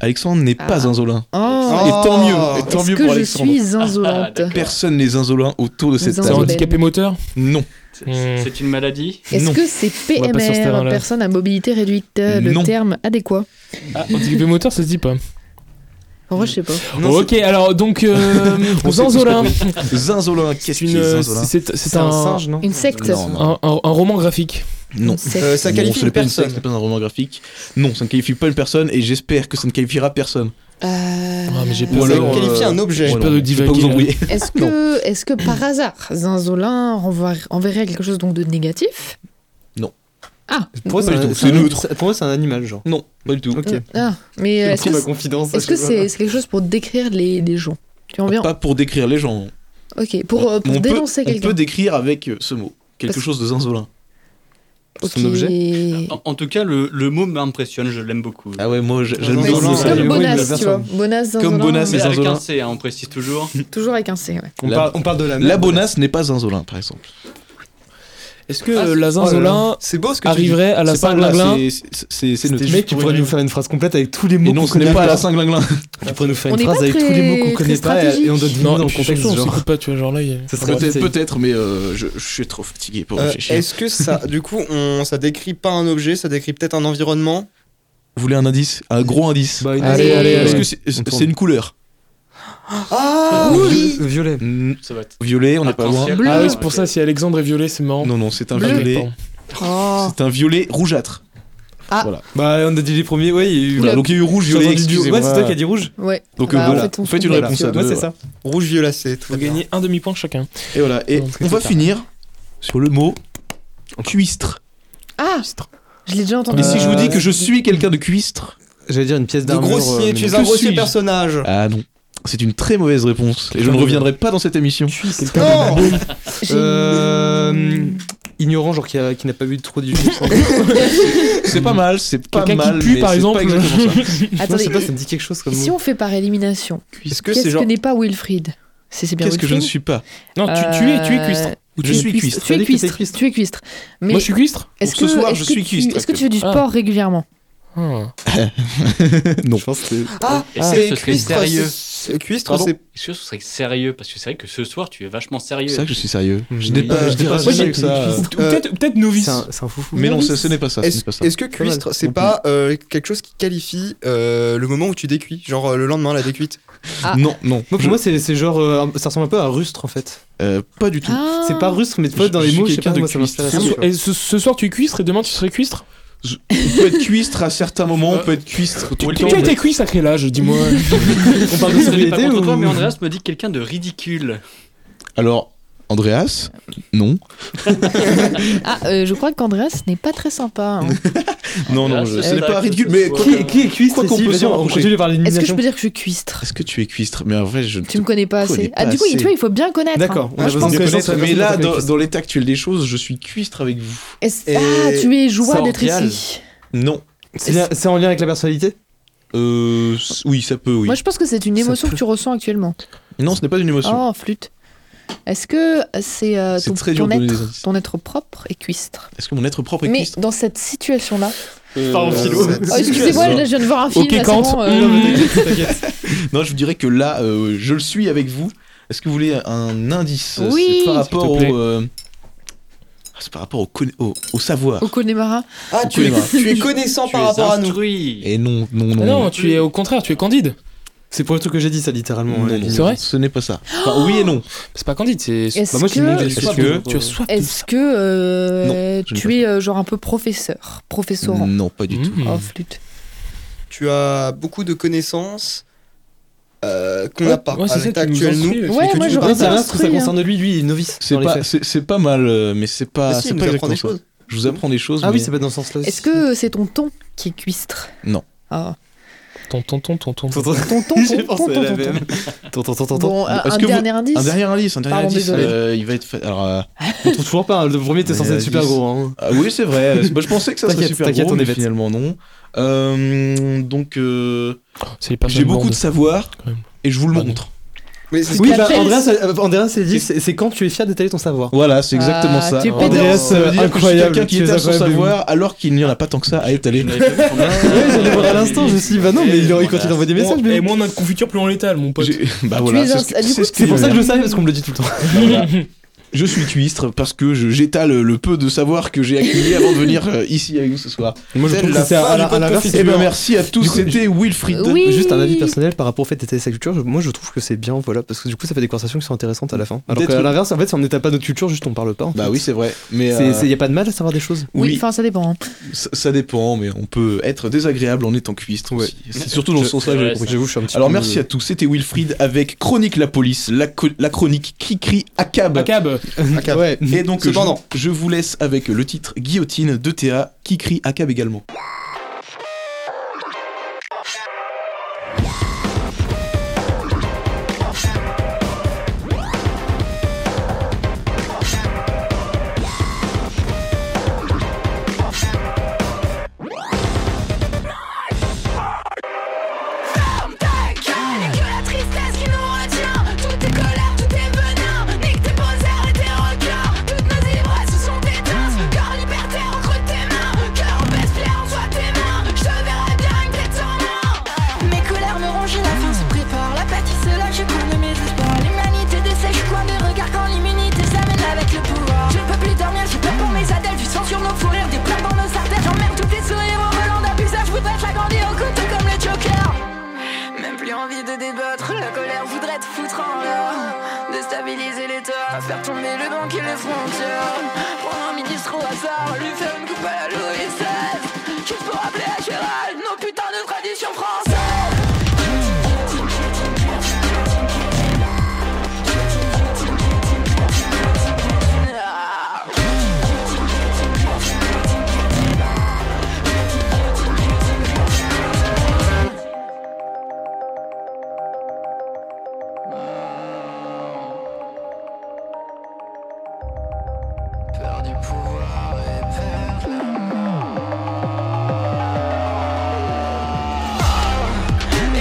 Speaker 6: Alexandre n'est pas
Speaker 7: Ah.
Speaker 6: zinzolin.
Speaker 7: Oh,
Speaker 6: Et tant
Speaker 1: Ah.
Speaker 6: mieux, et tant
Speaker 7: Est-ce
Speaker 6: mieux
Speaker 7: que
Speaker 6: pour
Speaker 7: je
Speaker 6: Alexandre. Ah,
Speaker 7: suis zinzolante
Speaker 6: Personne n'est zinzolin autour de cette
Speaker 4: C'est un
Speaker 7: Zinzolin.
Speaker 6: table.
Speaker 4: handicapé moteur
Speaker 6: Non.
Speaker 3: C'est-
Speaker 4: Hmm.
Speaker 3: C'est c'est une maladie
Speaker 7: Est-ce
Speaker 5: Non.
Speaker 7: que c'est
Speaker 4: va pas sur ce
Speaker 7: PMR,
Speaker 4: terrain-là.
Speaker 7: personne à mobilité réduite, euh, le
Speaker 6: Non.
Speaker 7: terme adéquat
Speaker 4: Handicapé moteur, ça se dit pas.
Speaker 7: En vrai, je sais pas.
Speaker 4: ok, alors donc, euh, Zanzola.
Speaker 6: Zinzolin, qu'est-ce
Speaker 4: C'est
Speaker 6: qui
Speaker 4: une,
Speaker 6: est
Speaker 4: euh,
Speaker 6: zinzolin
Speaker 4: c'est-
Speaker 5: C'est
Speaker 4: c'est
Speaker 5: un
Speaker 4: un,
Speaker 5: singe, non
Speaker 7: Une secte
Speaker 6: Non, non.
Speaker 4: un, un- un roman graphique.
Speaker 6: Non.
Speaker 7: Une secte.
Speaker 1: Euh, ça
Speaker 6: Non,
Speaker 1: qualifie
Speaker 6: ce n'est
Speaker 1: une
Speaker 6: pas une secte,
Speaker 1: personne.
Speaker 6: ce n'est pas un roman graphique. Non, ça ne qualifie pas une personne et j'espère que ça ne qualifiera personne.
Speaker 7: Euh,
Speaker 4: Ah, mais j'ai
Speaker 6: Ou
Speaker 4: peur,
Speaker 1: Ça
Speaker 6: alors, euh,
Speaker 1: qualifie un objet.
Speaker 4: j'ai
Speaker 6: Ouais,
Speaker 4: peur
Speaker 6: non,
Speaker 4: de
Speaker 6: je vais pas vous
Speaker 4: divaguer, là.
Speaker 6: embrouiller.
Speaker 7: Est-ce que, est que par hasard, Zinzolin renvoie- enverrait quelque chose donc de négatif
Speaker 6: Non.
Speaker 7: Ah,
Speaker 5: Pour moi,
Speaker 6: Pas du
Speaker 5: c'est un-
Speaker 6: tout,
Speaker 5: c'est un-
Speaker 6: c'est neutre.
Speaker 5: c'est- pour moi, c'est un animal, genre.
Speaker 6: Non, pas du tout.
Speaker 5: Ok.
Speaker 7: ah, mais euh,
Speaker 5: J'ai
Speaker 7: est-ce que
Speaker 5: pris ma
Speaker 7: c'est
Speaker 5: confidence.
Speaker 7: est-ce que
Speaker 5: je sais
Speaker 7: c'est
Speaker 5: pas.
Speaker 7: c'est quelque chose pour décrire les, les gens Tu en viens
Speaker 6: Pas pour décrire les gens.
Speaker 7: Ok, pour, euh, pour
Speaker 6: On peut-
Speaker 7: dénoncer
Speaker 6: On
Speaker 7: quelqu'un.
Speaker 6: peut décrire avec euh, ce mot. Quelque
Speaker 7: Parce-
Speaker 6: chose de zinzolin.
Speaker 5: son objet
Speaker 3: en, en tout cas, le, le mot m'impressionne, je l'aime beaucoup.
Speaker 6: Ah ouais, moi j- j'aime
Speaker 1: Mais
Speaker 6: bien
Speaker 1: c'est
Speaker 6: le
Speaker 7: C'est
Speaker 5: Zinzolin,
Speaker 6: mot.
Speaker 7: comme
Speaker 5: oui, la
Speaker 7: Bonas, tu vois.
Speaker 5: personne.
Speaker 7: Bonas, Zinzolin.
Speaker 6: Comme Bonas,
Speaker 3: Mais
Speaker 6: c'est
Speaker 3: avec
Speaker 6: zinzolin.
Speaker 3: un C, hein, on précise toujours.
Speaker 7: Toujours avec un C, ouais.
Speaker 5: On
Speaker 6: La-
Speaker 5: parle, on parle de la
Speaker 6: La bonasse n'est pas zinzolin, par exemple.
Speaker 4: Est-ce que euh, Lazin Zola
Speaker 1: c'est beau ce que tu dis.
Speaker 4: arriverait à la
Speaker 6: oh C'est pas là, c'est-
Speaker 4: Saint-Glinglin
Speaker 6: c'est- C'est c'est
Speaker 5: C'était
Speaker 6: notre
Speaker 5: juste, tu pourrais nous faire une phrase complète avec tous les mots
Speaker 6: Et non,
Speaker 5: qu'on
Speaker 6: ce n'est
Speaker 5: connaît
Speaker 6: pas à
Speaker 5: pas.
Speaker 6: la Saint-Glinglin.
Speaker 5: Tu pourrais nous faire
Speaker 7: On
Speaker 5: une
Speaker 7: n'est
Speaker 5: phrase
Speaker 7: pas
Speaker 5: avec tous les mots
Speaker 7: très-
Speaker 5: qu'on connaît
Speaker 7: très
Speaker 5: pas et- et on doit
Speaker 7: stratégique.
Speaker 5: deviner dans
Speaker 4: et
Speaker 5: le
Speaker 4: puis
Speaker 5: contexte.
Speaker 4: surtout, on
Speaker 5: genre.
Speaker 4: s'écoute pas, tu vois, genre là, il y a-
Speaker 5: Ça serait
Speaker 6: Peut-être,
Speaker 5: peut-être.
Speaker 6: peut-être, mais euh, je, je suis trop fatigué pour
Speaker 1: Euh,
Speaker 6: réfléchir.
Speaker 1: Est-ce que ça, du coup, on, ça décrit pas un objet, ça décrit peut-être un environnement
Speaker 6: Vous voulez un indice Un gros indice
Speaker 5: Bah, une-
Speaker 7: Allez, allez,
Speaker 6: Est-ce
Speaker 7: allez.
Speaker 6: que c'est
Speaker 5: On tourne.
Speaker 6: c'est une couleur
Speaker 1: Ah oui
Speaker 5: euh, Violet.
Speaker 3: Ça va être
Speaker 6: Violet, on n'est pas loin.
Speaker 7: Bleu.
Speaker 4: Ah oui, c'est pour ça, si Alexandre est violet, c'est marrant.
Speaker 6: Non, non, c'est un
Speaker 7: Bleu.
Speaker 6: violet.
Speaker 4: Pardon.
Speaker 7: Oh.
Speaker 6: C'est un violet rougeâtre.
Speaker 5: Bah, on a dit les premiers. Ouais, il y a eu.
Speaker 6: Voilà, donc il y a eu rouge,
Speaker 5: J'ai
Speaker 6: violet,
Speaker 5: entendu du-
Speaker 6: excusez-moi.
Speaker 5: Ouais, c'est toi qui as dit rouge.
Speaker 7: Ouais.
Speaker 6: Donc
Speaker 7: Bah,
Speaker 6: euh,
Speaker 7: en
Speaker 6: voilà,
Speaker 7: fait, on se
Speaker 6: faites une
Speaker 7: trompe.
Speaker 6: réponse à
Speaker 5: Ouais,
Speaker 6: deux.
Speaker 5: c'est ça.
Speaker 1: Rouge violacé, tout
Speaker 4: Vous
Speaker 1: bien.
Speaker 4: gagnez un demi-point chacun.
Speaker 6: Et voilà, et
Speaker 4: Non, parce que
Speaker 6: on va
Speaker 4: c'est tard.
Speaker 6: finir sur le mot cuistre.
Speaker 7: Ah Je l'ai déjà entendu.
Speaker 6: Et si je vous dis que je
Speaker 5: Euh,
Speaker 6: suis quelqu'un de cuistre
Speaker 5: J'allais dire une pièce
Speaker 1: De
Speaker 5: d'armure.
Speaker 1: grossier,
Speaker 5: euh,
Speaker 1: tu es
Speaker 5: mais-
Speaker 1: un
Speaker 4: Que
Speaker 1: grossier
Speaker 4: suis-je
Speaker 1: personnage.
Speaker 6: Ah non, c'est une très mauvaise réponse. Et je ne reviendrai pas dans cette émission.
Speaker 1: Non
Speaker 7: J'ai-
Speaker 5: Euh, Ignorant, genre qui a- qui n'a pas vu trop du.
Speaker 6: C'est pas mal, c'est pas
Speaker 4: Quelqu'un
Speaker 6: mal.
Speaker 4: qui pue,
Speaker 6: mais
Speaker 4: par
Speaker 6: c'est
Speaker 4: exemple.
Speaker 6: pas exactement ça.
Speaker 5: Non,
Speaker 7: Attendez,
Speaker 5: je sais pas, ça me dit quelque chose comme.
Speaker 7: et si on fait par élimination,
Speaker 1: Est-ce que
Speaker 7: qu'est-ce
Speaker 1: c'est
Speaker 7: que
Speaker 1: genre.
Speaker 7: n'est pas Wilfried C'est c'est bien
Speaker 6: Qu'est-ce que je ne
Speaker 7: Wilfried
Speaker 6: suis pas
Speaker 4: Non, tu, tu es, tu es cuistre.
Speaker 7: Euh,
Speaker 6: Ou tu
Speaker 7: tu es
Speaker 6: suis cuistre.
Speaker 7: Tu
Speaker 5: T'as
Speaker 7: es
Speaker 5: dit que t'étais
Speaker 7: cuistre.
Speaker 5: cuistre.
Speaker 7: Tu es cuistre. Mais
Speaker 4: Moi, je suis cuistre
Speaker 7: est-ce que,
Speaker 6: Donc ce soir,
Speaker 7: est-ce
Speaker 6: je
Speaker 7: que
Speaker 6: suis
Speaker 7: tu-
Speaker 6: cuistre,
Speaker 7: Est-ce que tu fais du
Speaker 4: Ah.
Speaker 7: sport régulièrement
Speaker 4: Ah.
Speaker 5: Non. Je pense que.
Speaker 1: Ah,
Speaker 3: Est-ce que
Speaker 1: c'est
Speaker 3: ce serait
Speaker 1: cuistre,
Speaker 3: sérieux
Speaker 1: c'est- c'est- cuistre,
Speaker 3: Pardon
Speaker 1: c'est.
Speaker 3: Est-ce que Ah ce serait sérieux Parce que c'est vrai que ce soir, tu es vachement sérieux.
Speaker 6: C'est vrai que je suis sérieux. Je
Speaker 5: Oui.
Speaker 6: n'ai pas,
Speaker 1: Euh,
Speaker 6: je n'ai pas
Speaker 5: je
Speaker 6: ce
Speaker 5: dirais
Speaker 6: jeu que ça.
Speaker 5: que
Speaker 4: Ou
Speaker 1: Euh,
Speaker 4: peut-être peut-être novice.
Speaker 5: C'est un, c'est un foufou.
Speaker 6: Mais non, ce ce n'est pas ça. ce n'est pas
Speaker 1: Est-ce
Speaker 6: ça.
Speaker 1: est-ce que
Speaker 5: mal.
Speaker 1: cuistre, c'est pas euh, quelque chose qui qualifie euh, le moment où tu décuis Genre euh, le lendemain, la décuite
Speaker 7: Ah.
Speaker 6: Non, non.
Speaker 5: Moi, pour moi, c'est c'est genre. euh, un- Ça ressemble un peu à rustre en fait.
Speaker 6: Euh, Pas du tout.
Speaker 7: Ah.
Speaker 5: C'est pas rustre, mais
Speaker 6: Je-
Speaker 5: pas dans
Speaker 6: je
Speaker 5: les
Speaker 6: suis
Speaker 5: mots, je sais
Speaker 6: quelqu'un
Speaker 5: pas,
Speaker 6: de
Speaker 5: moi ça
Speaker 6: cuistre.
Speaker 5: m'inspire la
Speaker 4: Ce
Speaker 5: soupe,
Speaker 4: soir-
Speaker 5: quoi.
Speaker 4: et ce, ce soir tu es cuistre et demain tu serais cuistre
Speaker 6: On peut être cuistre à certains moments, on peut être cuistre tout
Speaker 4: Tu,
Speaker 6: le
Speaker 4: tu
Speaker 6: temps.
Speaker 4: as été cuistre à quel âge Dis-moi.
Speaker 5: On parle de
Speaker 3: Je ne pas
Speaker 5: sobriété
Speaker 3: contre toi,
Speaker 5: ou-
Speaker 3: mais Andreas me dit quelqu'un de ridicule.
Speaker 6: Alors, Andreas Non.
Speaker 7: Ah, euh, je crois qu'Andreas n'est pas très sympa. hein.
Speaker 6: Oh Non, non,
Speaker 3: Andreas,
Speaker 6: je-
Speaker 3: c'est
Speaker 6: ce n'est
Speaker 3: ça
Speaker 6: pas
Speaker 3: que
Speaker 6: ridicule,
Speaker 3: Ah, ce euh,
Speaker 6: mais
Speaker 3: soit-
Speaker 6: qui-
Speaker 5: Qui, qui est cuistre
Speaker 6: Quoi qu'on
Speaker 5: ici
Speaker 6: peut
Speaker 5: Vas-y,
Speaker 6: s'en
Speaker 5: on
Speaker 6: rapprocher.
Speaker 5: continue par
Speaker 7: Est-ce que je
Speaker 5: l'élimination.
Speaker 7: peux dire que je suis cuistre
Speaker 6: Est-ce que tu es cuistre Mais en vrai, je ne
Speaker 7: Tu me connais pas
Speaker 6: connais
Speaker 7: assez. Ah,
Speaker 6: pas
Speaker 7: du coup,
Speaker 6: assez.
Speaker 7: tu vois, il faut bien connaître.
Speaker 5: D'accord,
Speaker 7: hein.
Speaker 6: Ah,
Speaker 5: on
Speaker 7: Moi,
Speaker 5: a
Speaker 7: je
Speaker 5: besoin
Speaker 7: pense
Speaker 5: de
Speaker 7: que-
Speaker 5: connaître.
Speaker 6: Mais là, dans,
Speaker 5: cuistre.
Speaker 6: dans l'état actuel des choses, je suis cuistre avec vous.
Speaker 7: Est-ce-
Speaker 1: Et-
Speaker 7: Ah, tu es joie d'être
Speaker 5: Sordial.
Speaker 7: ici.
Speaker 6: Non.
Speaker 5: C'est bien- C'est en lien avec la personnalité
Speaker 6: Euh, s- oui, ça peut, oui.
Speaker 7: Moi, je pense que c'est une
Speaker 5: Ça
Speaker 7: émotion que
Speaker 5: peut.
Speaker 7: tu ressens actuellement.
Speaker 6: Non, ce n'est pas une émotion.
Speaker 7: Oh, flûte. Est-ce que c'est euh,
Speaker 6: C'est
Speaker 7: ton,
Speaker 6: très dur
Speaker 7: ton
Speaker 6: de donner des
Speaker 7: être,
Speaker 6: indices.
Speaker 7: ton être propre et cuistre
Speaker 6: Est-ce que mon être propre est
Speaker 7: Mais
Speaker 6: cuistre
Speaker 7: dans cette situation-là.
Speaker 6: Oh. Euh,
Speaker 5: philo.
Speaker 6: cette
Speaker 7: Oh, excusez-moi,
Speaker 6: situation-
Speaker 7: là, je viens de voir un film.
Speaker 4: Ok,
Speaker 7: là, c'est
Speaker 4: Kant.
Speaker 7: bon, euh,
Speaker 4: Mmh.
Speaker 6: Non, je vous dirais que là, euh, je le suis avec vous. Est-ce que vous voulez un indice euh,
Speaker 7: Oui.
Speaker 6: C'est par
Speaker 4: S'il te
Speaker 6: rapport
Speaker 4: plaît.
Speaker 6: au. euh, ah, C'est par rapport au, conna- au, au savoir.
Speaker 7: Au
Speaker 6: Bah,
Speaker 7: Connemara.
Speaker 1: Ah, tu es,
Speaker 6: connaît pas.
Speaker 1: tu es connaissant
Speaker 3: Tu
Speaker 1: par
Speaker 3: es
Speaker 1: rapport à nous.
Speaker 3: instruit.
Speaker 6: Et non, non, non.
Speaker 4: Ah non, tu es au contraire, tu es candide.
Speaker 5: C'est pour le truc que j'ai dit, ça littéralement.
Speaker 6: Non,
Speaker 5: ouais.
Speaker 6: non,
Speaker 4: C'est vrai
Speaker 6: Ce n'est pas ça.
Speaker 5: Oh
Speaker 6: Enfin, oui et non.
Speaker 4: C'est pas candide, c'est.
Speaker 7: Est-ce
Speaker 5: moi, je suis né,
Speaker 7: que,
Speaker 5: j'ai-
Speaker 6: Est-ce
Speaker 5: soif
Speaker 6: que-
Speaker 5: de-
Speaker 4: Tu as soif de
Speaker 7: est-ce que euh,
Speaker 6: je n'ai pas Hmm.
Speaker 7: tu es euh, genre un peu professeur, professorant
Speaker 6: Non, pas du tout.
Speaker 4: Mmh.
Speaker 5: Hmm.
Speaker 7: Oh, flûte.
Speaker 1: Tu as beaucoup de connaissances euh, qu'on
Speaker 4: Ouais,
Speaker 1: n'a
Speaker 6: Ah,
Speaker 1: pas
Speaker 4: ouais, c'est
Speaker 1: à
Speaker 4: ça,
Speaker 1: l'état
Speaker 4: tu nous
Speaker 1: actuel, nous.
Speaker 4: instruis,
Speaker 7: Ouais,
Speaker 4: tu-
Speaker 7: moi,
Speaker 5: Non,
Speaker 7: j'aurais
Speaker 5: ça
Speaker 7: pas
Speaker 5: va, parce que ça
Speaker 7: instruit, hein.
Speaker 5: concerne lui, lui, il est novice.
Speaker 6: C'est
Speaker 5: dans les
Speaker 6: pas,
Speaker 5: faits.
Speaker 6: c'est- c'est pas mal, euh, mais c'est pas,
Speaker 1: Ah, si,
Speaker 6: c'est
Speaker 1: il
Speaker 6: pas
Speaker 1: nous apprend
Speaker 6: exactement
Speaker 1: des
Speaker 6: ça.
Speaker 1: choses.
Speaker 6: Je vous apprends des choses.
Speaker 5: Ah oui,
Speaker 6: mais-
Speaker 5: c'est pas dans ce sens-là. aussi.
Speaker 7: hein. Est-ce que c'est ton ton qui est cuistre
Speaker 6: Non.
Speaker 7: Ah.
Speaker 4: Ton ton ton ton ton.
Speaker 5: Tonton,
Speaker 7: Ton ton, ton,
Speaker 5: J'ai
Speaker 7: ton,
Speaker 5: pensé à la
Speaker 7: ton, ton.
Speaker 5: même. Tonton, tonton, tonton.
Speaker 7: Bon, un
Speaker 6: Est-ce
Speaker 7: un
Speaker 6: que vous-
Speaker 7: dernier indice.
Speaker 6: Un dernier indice, un dernier
Speaker 7: Pardon,
Speaker 6: indice.
Speaker 7: désolé.
Speaker 6: euh, il va être. fa- Alors, euh,
Speaker 5: On trouve toujours pas, hein, le premier était
Speaker 6: Mais
Speaker 5: censé être super
Speaker 6: dix.
Speaker 5: gros. hein.
Speaker 6: ah oui, c'est vrai. Bah, je pensais que ça serait
Speaker 5: T'inquiète,
Speaker 6: super
Speaker 5: t'inquiète,
Speaker 6: gros,
Speaker 5: on est
Speaker 6: mais
Speaker 5: bête.
Speaker 6: finalement non. Euh, donc, euh,
Speaker 4: C'est les personnes
Speaker 6: j'ai beaucoup
Speaker 4: blondes.
Speaker 6: de savoir
Speaker 4: Quand même.
Speaker 6: et je vous le
Speaker 4: Pardon.
Speaker 6: montre.
Speaker 1: Mais c'est-
Speaker 5: Oui,
Speaker 7: T'as
Speaker 5: bah,
Speaker 7: fait-
Speaker 5: Andreas, euh, Andreas s'est dit, c'est c'est quand tu es fier d'étaler ton savoir.
Speaker 6: Voilà, c'est exactement
Speaker 7: Ah,
Speaker 6: ça.
Speaker 7: tu es pédant.
Speaker 5: Andreas,
Speaker 6: Ça veut
Speaker 5: euh,
Speaker 6: dire
Speaker 5: incroyable,
Speaker 6: que je suis quelqu'un qui
Speaker 5: tu es
Speaker 6: étale son
Speaker 5: incroyable.
Speaker 6: savoir alors qu'il n'y en a pas tant que ça à étaler.
Speaker 5: Ouais, j'allais voir à l'instant, je me suis dit, bah non, mais il aurait quand il envoie des messages.
Speaker 4: Et
Speaker 5: mais-
Speaker 4: moins on a de confiture, plus on l'étale, mon pote.
Speaker 6: J'ai- Bah
Speaker 7: Tu
Speaker 6: voilà,
Speaker 7: es
Speaker 6: c'est
Speaker 7: un-
Speaker 6: ce que-
Speaker 7: ah, du
Speaker 6: c'est
Speaker 7: coup,
Speaker 6: ce que
Speaker 5: C'est pour
Speaker 6: je
Speaker 5: ça que
Speaker 6: veux
Speaker 5: je le savais, parce qu'on me le dit tout le temps.
Speaker 6: Voilà. Je suis cuistre parce que je- j'étale le peu de savoir que j'ai accumulé avant de venir euh, ici avec vous ce soir.
Speaker 5: Moi,
Speaker 1: je trouve que c'est à- à la- à l'inverse,
Speaker 6: Eh ben merci à tous, c'était Wilfried.
Speaker 7: Oui.
Speaker 5: Juste un avis personnel par rapport au fait d'étaler sa culture, je- moi je trouve que c'est bien, voilà, parce que du coup ça fait des conversations qui sont intéressantes à la fin. Alors
Speaker 6: D'être-
Speaker 5: qu'à l'inverse, en fait, si on n'étale pas notre culture, juste on parle pas. en
Speaker 6: Bah
Speaker 5: fait.
Speaker 6: oui, c'est vrai. Mais
Speaker 5: C'est-
Speaker 6: euh,
Speaker 5: c'est- y a pas de mal à savoir des choses.
Speaker 7: Oui,
Speaker 6: oui,
Speaker 7: enfin ça dépend. hein.
Speaker 6: ça, ça dépend, mais on peut être désagréable en étant cuistre.
Speaker 5: Ouais.
Speaker 6: aussi. C'est surtout dans ce
Speaker 5: Je-
Speaker 6: sens-là que
Speaker 3: ouais,
Speaker 6: j'ai
Speaker 3: ça-
Speaker 6: compris.
Speaker 5: J'avoue, je suis un petit
Speaker 6: Alors
Speaker 5: peu-
Speaker 6: merci à tous, c'était Wilfried avec Chronique la police, la, co- la chronique qui crie à cab.
Speaker 4: Acab.
Speaker 1: Accable.
Speaker 5: Ouais.
Speaker 6: Et donc je,
Speaker 1: Cependant.
Speaker 6: je vous laisse avec le titre Guillotine de Théa qui crie à cab également.
Speaker 11: Toutes tes colères, tous tes venins, nique tes poseurs et tes regards. Toutes nos ivresses se sont éteintes.
Speaker 12: hasard, faire tomber le banc et les frontières. Prendre un ministre au hasard, lui faire une coupe à la Louis XVI. Juste pour rappeler à Gérald nos putains de traditions françaises. Peur du pouvoir et peur de Oh,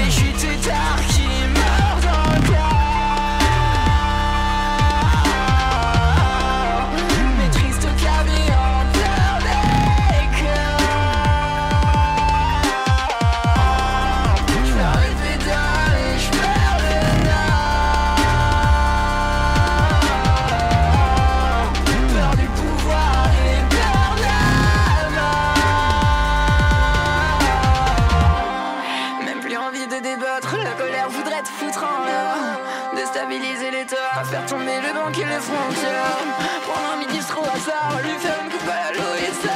Speaker 12: Et j'suis tout tard qui meurt dans le corps Mes tristes cabis en pleurs d'écart J'perds le pédale et j'perds le nord Peur du pouvoir et peur de la mort Même plus envie de débattre, la colère voudrait te foutre en l'air Déstabiliser les torts, faire tomber le banc et les frontières Prendre un ministre au hasard, lui faire une coupe à la Louis XVI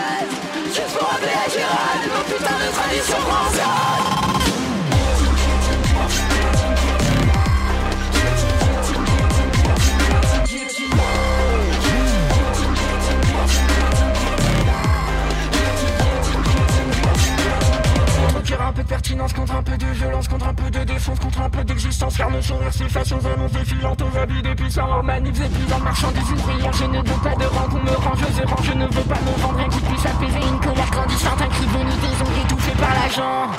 Speaker 12: Juste pour appeler à Gérald, mon putain de tradition française
Speaker 11: Sentir un peu de pertinence contre un peu de violence, contre un peu de défense, contre un peu d'existence. Car mon sourire s'efface aux annonces défilantes, aux habits des puissants, aux manifs épuisants, marchands des ouvriers. Je ne veux pas de rang qu'on me range aux errants, je ne veux pas me vendre un qui puisse apaiser une colère grandissante, un cri venu des ondes étouffé par l'agent.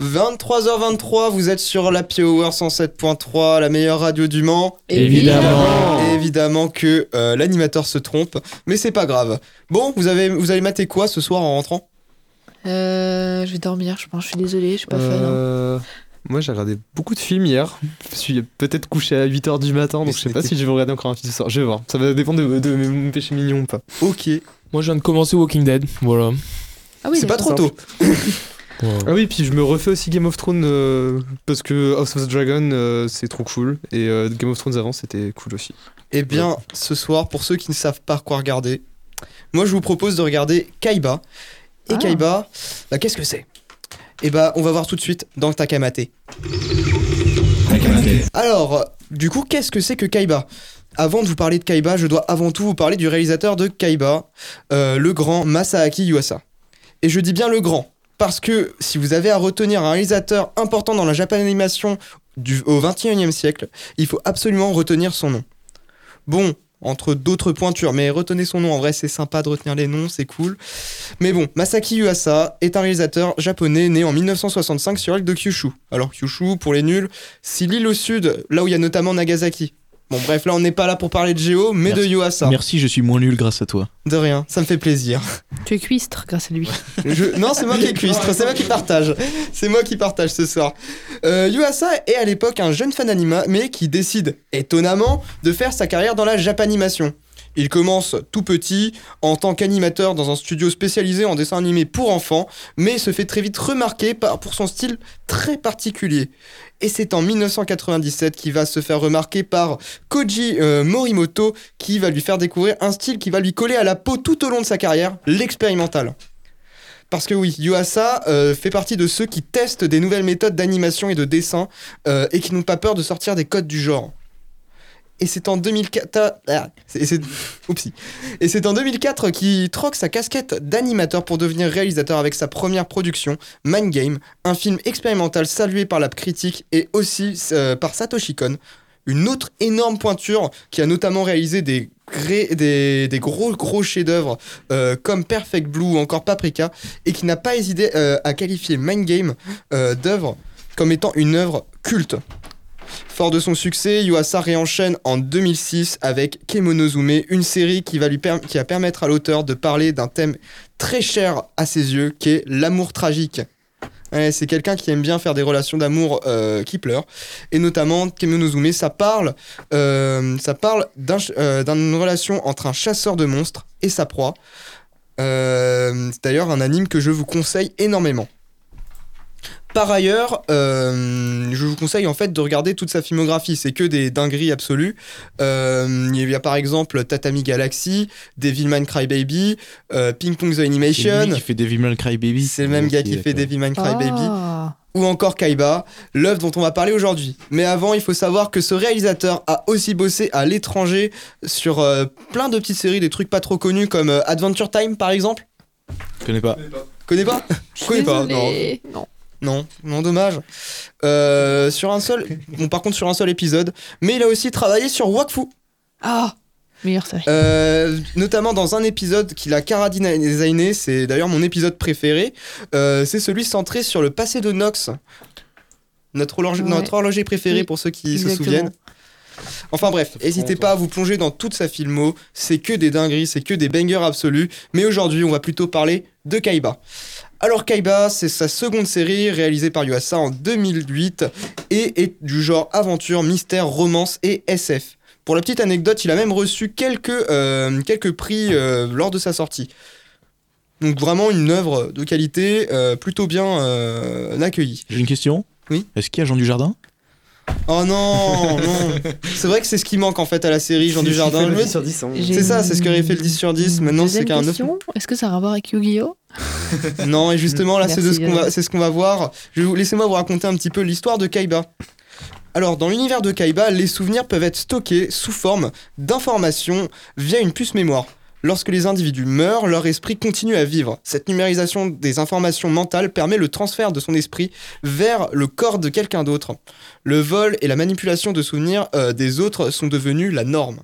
Speaker 1: Mans. 23h23, vous êtes sur la E Power 107.3, la meilleure radio du Mans.
Speaker 13: Évidemment.
Speaker 1: Évidemment que euh, l'animateur se trompe, mais c'est pas grave. Bon, vous, avez, vous allez mater quoi ce soir en rentrant
Speaker 7: Euh, je vais dormir, je pense. Je suis désolée, je suis pas hein. fan.
Speaker 5: Euh, Moi j'ai regardé beaucoup de films hier. Je suis peut-être couché à 8h du matin, donc je sais pas si je vais regarder encore un film ce soir. Je vais voir. Ça va dépendre de, de mes péchés mignons ou pas.
Speaker 1: Ok.
Speaker 13: Moi, je viens de commencer Walking Dead. Voilà.
Speaker 7: Ah oui,
Speaker 5: C'est pas
Speaker 7: d'accord.
Speaker 5: trop tôt. Ah oui, puis je me refais aussi Game of Thrones euh, parce que House of the Dragon euh, c'est trop cool et euh, Game of Thrones avant c'était cool aussi.
Speaker 1: Eh bien, ce soir, pour ceux qui ne savent pas quoi regarder, moi je vous propose de regarder Kaiba. Et
Speaker 5: Ah.
Speaker 1: Kaiba, bah, qu'est-ce que c'est Eh bah, on va voir tout de suite dans le Takamate. Alors, du coup, qu'est-ce que c'est que Kaiba Avant de vous parler de Kaiba, je dois avant tout vous parler du réalisateur de Kaiba, euh, le grand Masaaki Yuasa. Et je dis bien le grand, parce que si vous avez à retenir un réalisateur important dans la Japan Animation du, au 21e siècle, il faut absolument retenir son nom. Bon, entre d'autres pointures, mais retenez son nom, en vrai c'est sympa de retenir les noms, c'est cool. Mais bon, Masaki Yuasa est un réalisateur japonais né en 1965 sur l'île de Kyushu. Alors Kyushu, pour les nuls, c'est l'île au sud, là où il y a notamment Nagasaki. Bon, bref, là, on n'est pas là pour parler de Géo, mais de
Speaker 6: Merci.
Speaker 1: Yoasa.
Speaker 6: Merci, je suis moins nul grâce à toi.
Speaker 1: De rien, ça me fait plaisir.
Speaker 9: Tu es cuistre grâce à lui.
Speaker 1: Je- Non, c'est moi qui ai cuistre, c'est moi qui partage. C'est moi qui partage ce soir. Euh, Yuasa est à l'époque un jeune fan anime, mais qui décide, étonnamment, de faire sa carrière dans la japanimation. Il commence tout petit, en tant qu'animateur dans un studio spécialisé en dessin animé pour enfants, mais se fait très vite remarquer par- pour son style très particulier. Et c'est en 1997 qu'il va se faire remarquer par Koji euh, Morimoto, qui va lui faire découvrir un style qui va lui coller à la peau tout au long de sa carrière, l'expérimental. Parce que oui, Yuasa euh, fait partie de ceux qui testent des nouvelles méthodes d'animation et de dessin euh, et qui n'ont pas peur de sortir des codes du genre. Et c'est en 2004... ah, c'est- c'est- oupsie. Et c'est en 2004 qu'il troque sa casquette d'animateur pour devenir réalisateur avec sa première production, Mind Game, un film expérimental salué par la critique et aussi euh, par Satoshi Kon, une autre énorme pointure qui a notamment réalisé des, gré- des, des gros gros chefs-d'œuvre euh, comme Perfect Blue ou encore Paprika et qui n'a pas hésité euh, à qualifier Mind Game euh, d'œuvre comme étant une œuvre culte. Fort de son succès, Yuasa réenchaîne en 2006 avec Kemonozume, une série qui va, lui per- qui va permettre à l'auteur de parler d'un thème très cher à ses yeux, qui est l'amour tragique. Ouais, Eh, c'est quelqu'un qui aime bien faire des relations d'amour euh, qui pleurent. Et notamment, Kemonozume, ça parle, euh, ça parle d'un ch- euh, d'une relation entre un chasseur de monstres et sa proie. Euh, c'est d'ailleurs un anime que je vous conseille énormément. Par ailleurs, euh, je vous conseille en fait de regarder toute sa filmographie. C'est que des dingueries absolues. Euh, il y a par exemple Tatami Galaxy, Devilman Crybaby, euh, Ping Pong The Animation.
Speaker 6: C'est lui qui fait Devilman Crybaby.
Speaker 1: C'est le même gars qui fait Devilman
Speaker 7: Ah.
Speaker 1: Crybaby. Ou encore Kaiba, l'œuvre dont on va parler aujourd'hui. Mais avant, il faut savoir que ce réalisateur a aussi bossé à l'étranger sur euh, plein de petites séries, des trucs pas trop connus comme euh, Adventure Time par exemple.
Speaker 6: Je connais pas.
Speaker 1: Connais pas Connais pas, non.
Speaker 9: désolée.
Speaker 1: Non. Non, non, dommage. Euh, sur un seul, bon, par contre, sur un seul épisode. Mais il a aussi travaillé sur Wakfu.
Speaker 9: Ah Meilleure série.
Speaker 1: Euh, notamment dans un épisode qu'il a caradina- designé, c'est d'ailleurs mon épisode préféré, euh, c'est celui centré sur le passé de Nox. Notre, horloge-
Speaker 9: Ouais.
Speaker 1: notre horloger préféré
Speaker 9: Oui,
Speaker 1: pour ceux qui se
Speaker 9: exactement.
Speaker 1: souviennent. Enfin bref, n'hésitez
Speaker 9: longtemps.
Speaker 1: pas à vous plonger dans toute sa filmo, c'est que des dingueries, c'est que des bangers absolus, mais aujourd'hui on va plutôt parler de Kaiba. Alors Kaiba, c'est sa seconde série réalisée par Yuasa en 2008 et est du genre aventure, mystère, romance et SF. Pour la petite anecdote, il a même reçu quelques, euh, quelques prix euh, lors de sa sortie. Donc vraiment une œuvre de qualité euh, plutôt bien euh, accueillie.
Speaker 6: J'ai une question.
Speaker 1: Oui.
Speaker 6: Est-ce qu'il y a Jean Dujardin
Speaker 1: Oh non, non. C'est vrai que c'est ce qui manque en fait à la série Jean
Speaker 5: C'est
Speaker 1: du
Speaker 5: ce qui
Speaker 1: Jardin.
Speaker 5: fait le 10 sur 10, hein.
Speaker 1: C'est ça, c'est ce qui aurait fait le 10 sur 10. Maintenant, c'est
Speaker 7: Deuxième
Speaker 1: qu'un 9.
Speaker 7: question, est-ce que ça a rapport avec Yu-Gi-Oh
Speaker 1: Non, et justement, là, c'est de
Speaker 7: Merci,
Speaker 1: ce qu'on va,
Speaker 7: Lionel.
Speaker 1: c'est ce qu'on va voir. Je vais vous- laissez-moi vous raconter un petit peu l'histoire de Kaiba. Alors, dans l'univers de Kaiba, les souvenirs peuvent être stockés sous forme d'informations via une puce mémoire. Lorsque les individus meurent, leur esprit continue à vivre. Cette numérisation des informations mentales permet le transfert de son esprit vers le corps de quelqu'un d'autre. Le vol et la manipulation de souvenirs euh, des autres sont devenus la norme.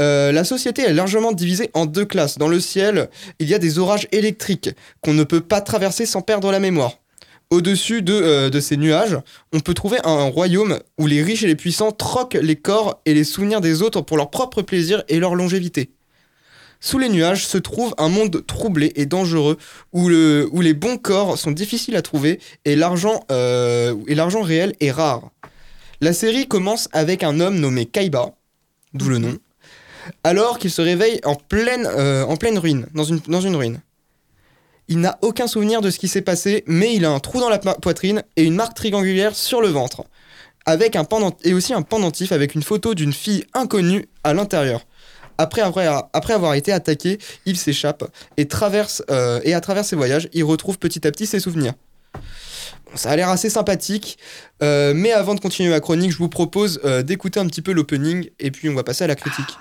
Speaker 1: Euh, la société est largement divisée en deux classes. Dans le ciel, il y a des orages électriques qu'on ne peut pas traverser sans perdre la mémoire. Au-dessus de, euh, de ces nuages, on peut trouver un royaume où les riches et les puissants troquent les corps et les souvenirs des autres pour leur propre plaisir et leur longévité. Sous les nuages se trouve un monde troublé et dangereux où, le, où les bons corps sont difficiles à trouver et l'argent euh, et l'argent réel est rare. La série commence avec un homme nommé Kaiba, d'où le nom, alors qu'il se réveille en pleine, euh, en pleine ruine, dans une, dans une ruine. Il n'a aucun souvenir de ce qui s'est passé, mais il a un trou dans la po- poitrine et une marque triangulaire sur le ventre, avec un pendant et aussi un pendentif avec une photo d'une fille inconnue à l'intérieur. Après, avoir- après avoir été attaqué, il s'échappe et, traverse, euh, et à travers ses voyages, il retrouve petit à petit ses souvenirs. Bon, ça a l'air assez sympathique, euh, mais avant de continuer ma chronique, je vous propose euh, d'écouter un petit peu l'opening et puis on va passer à la critique.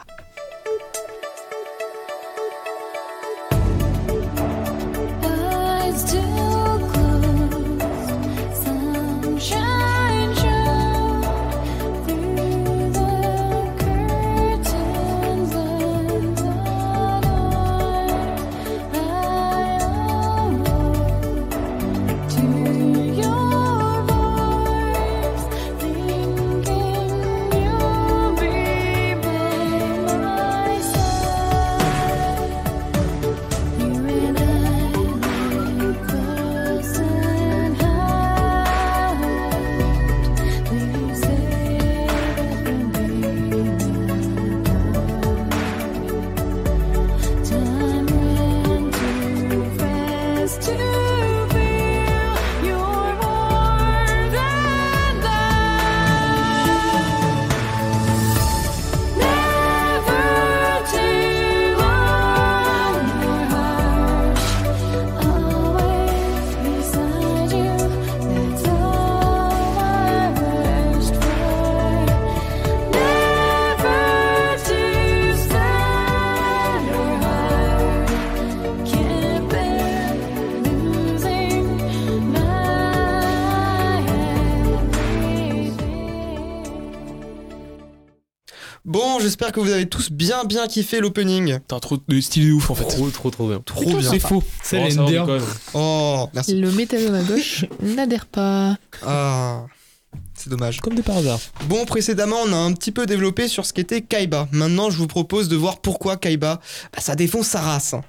Speaker 11: Eyes still closed, sunshine shone through the curtains of the night. I awoke to your voice, thinking you'll be is to feel you're more than that. Never too long, your heart always beside you. That's all I wished for. Never to stand or hide. Can't bear losing my
Speaker 1: Bon, j'espère que vous avez tous bien bien kiffé l'opening.
Speaker 4: T'as un trop de style de ouf en fait.
Speaker 5: Trop trop trop bien.
Speaker 1: Trop bien.
Speaker 4: C'est faux.
Speaker 1: C'est
Speaker 4: Oh,
Speaker 1: la
Speaker 4: ça va,
Speaker 1: NDR.
Speaker 4: on déconne.
Speaker 1: Oh, merci.
Speaker 9: Le métallo à gauche n'adhère pas.
Speaker 1: Ah, c'est dommage.
Speaker 4: Comme de par hasard.
Speaker 1: Bon, précédemment, on a un petit peu développé sur ce qu'était Kaiba. Maintenant, je vous propose de voir pourquoi Kaiba, bah, ça défonce sa race. hein.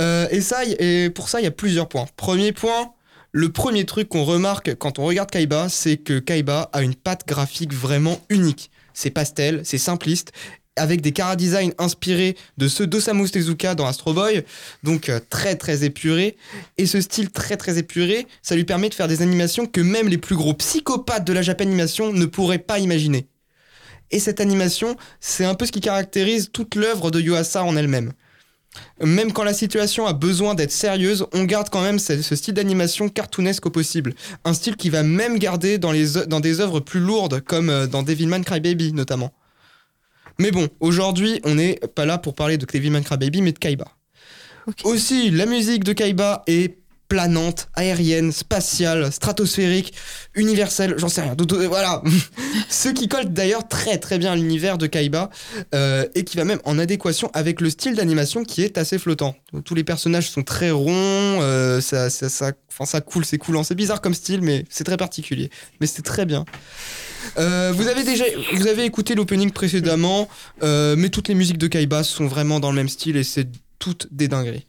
Speaker 1: Euh, et, ça, y- et pour ça, il y a plusieurs points. Premier point, le premier truc qu'on remarque quand on regarde Kaiba, c'est que Kaiba a une patte graphique vraiment unique. C'est pastel, c'est simpliste, avec des chara-designs inspirés de ceux d'Osamu Tezuka dans Astro Boy, donc euh, très très épuré. Et ce style très très épuré, ça lui permet de faire des animations que même les plus gros psychopathes de la Japanimation ne pourraient pas imaginer. Et cette animation, c'est un peu ce qui caractérise toute l'œuvre de Yuasa en elle-même. Même quand la situation a besoin d'être sérieuse, on garde quand même ce, ce style d'animation cartoonesque au possible. Un style qui va même garder dans, les oe- dans des œuvres plus lourdes, comme euh, dans Devilman Crybaby notamment. Mais bon, aujourd'hui, on n'est pas là pour parler de Devilman Crybaby, mais de Kaiba. Aussi, la musique de Kaiba est planante, aérienne, spatiale, stratosphérique, universelle, j'en sais rien. Dodo- euh, Voilà. Ce qui colle d'ailleurs très très bien à l'univers de Kaiba euh, et qui va même en adéquation avec le style d'animation qui est assez flottant. Donc, Tous les personnages sont très ronds, euh, ça, ça, ça, enfin, ça coule, c'est coulant. C'est bizarre comme style, mais c'est très particulier. Mais c'est très bien. Euh, vous avez déjà vous avez écouté l'opening précédemment, euh, mais toutes les musiques de Kaiba sont vraiment dans le même style et c'est toutes des dingueries.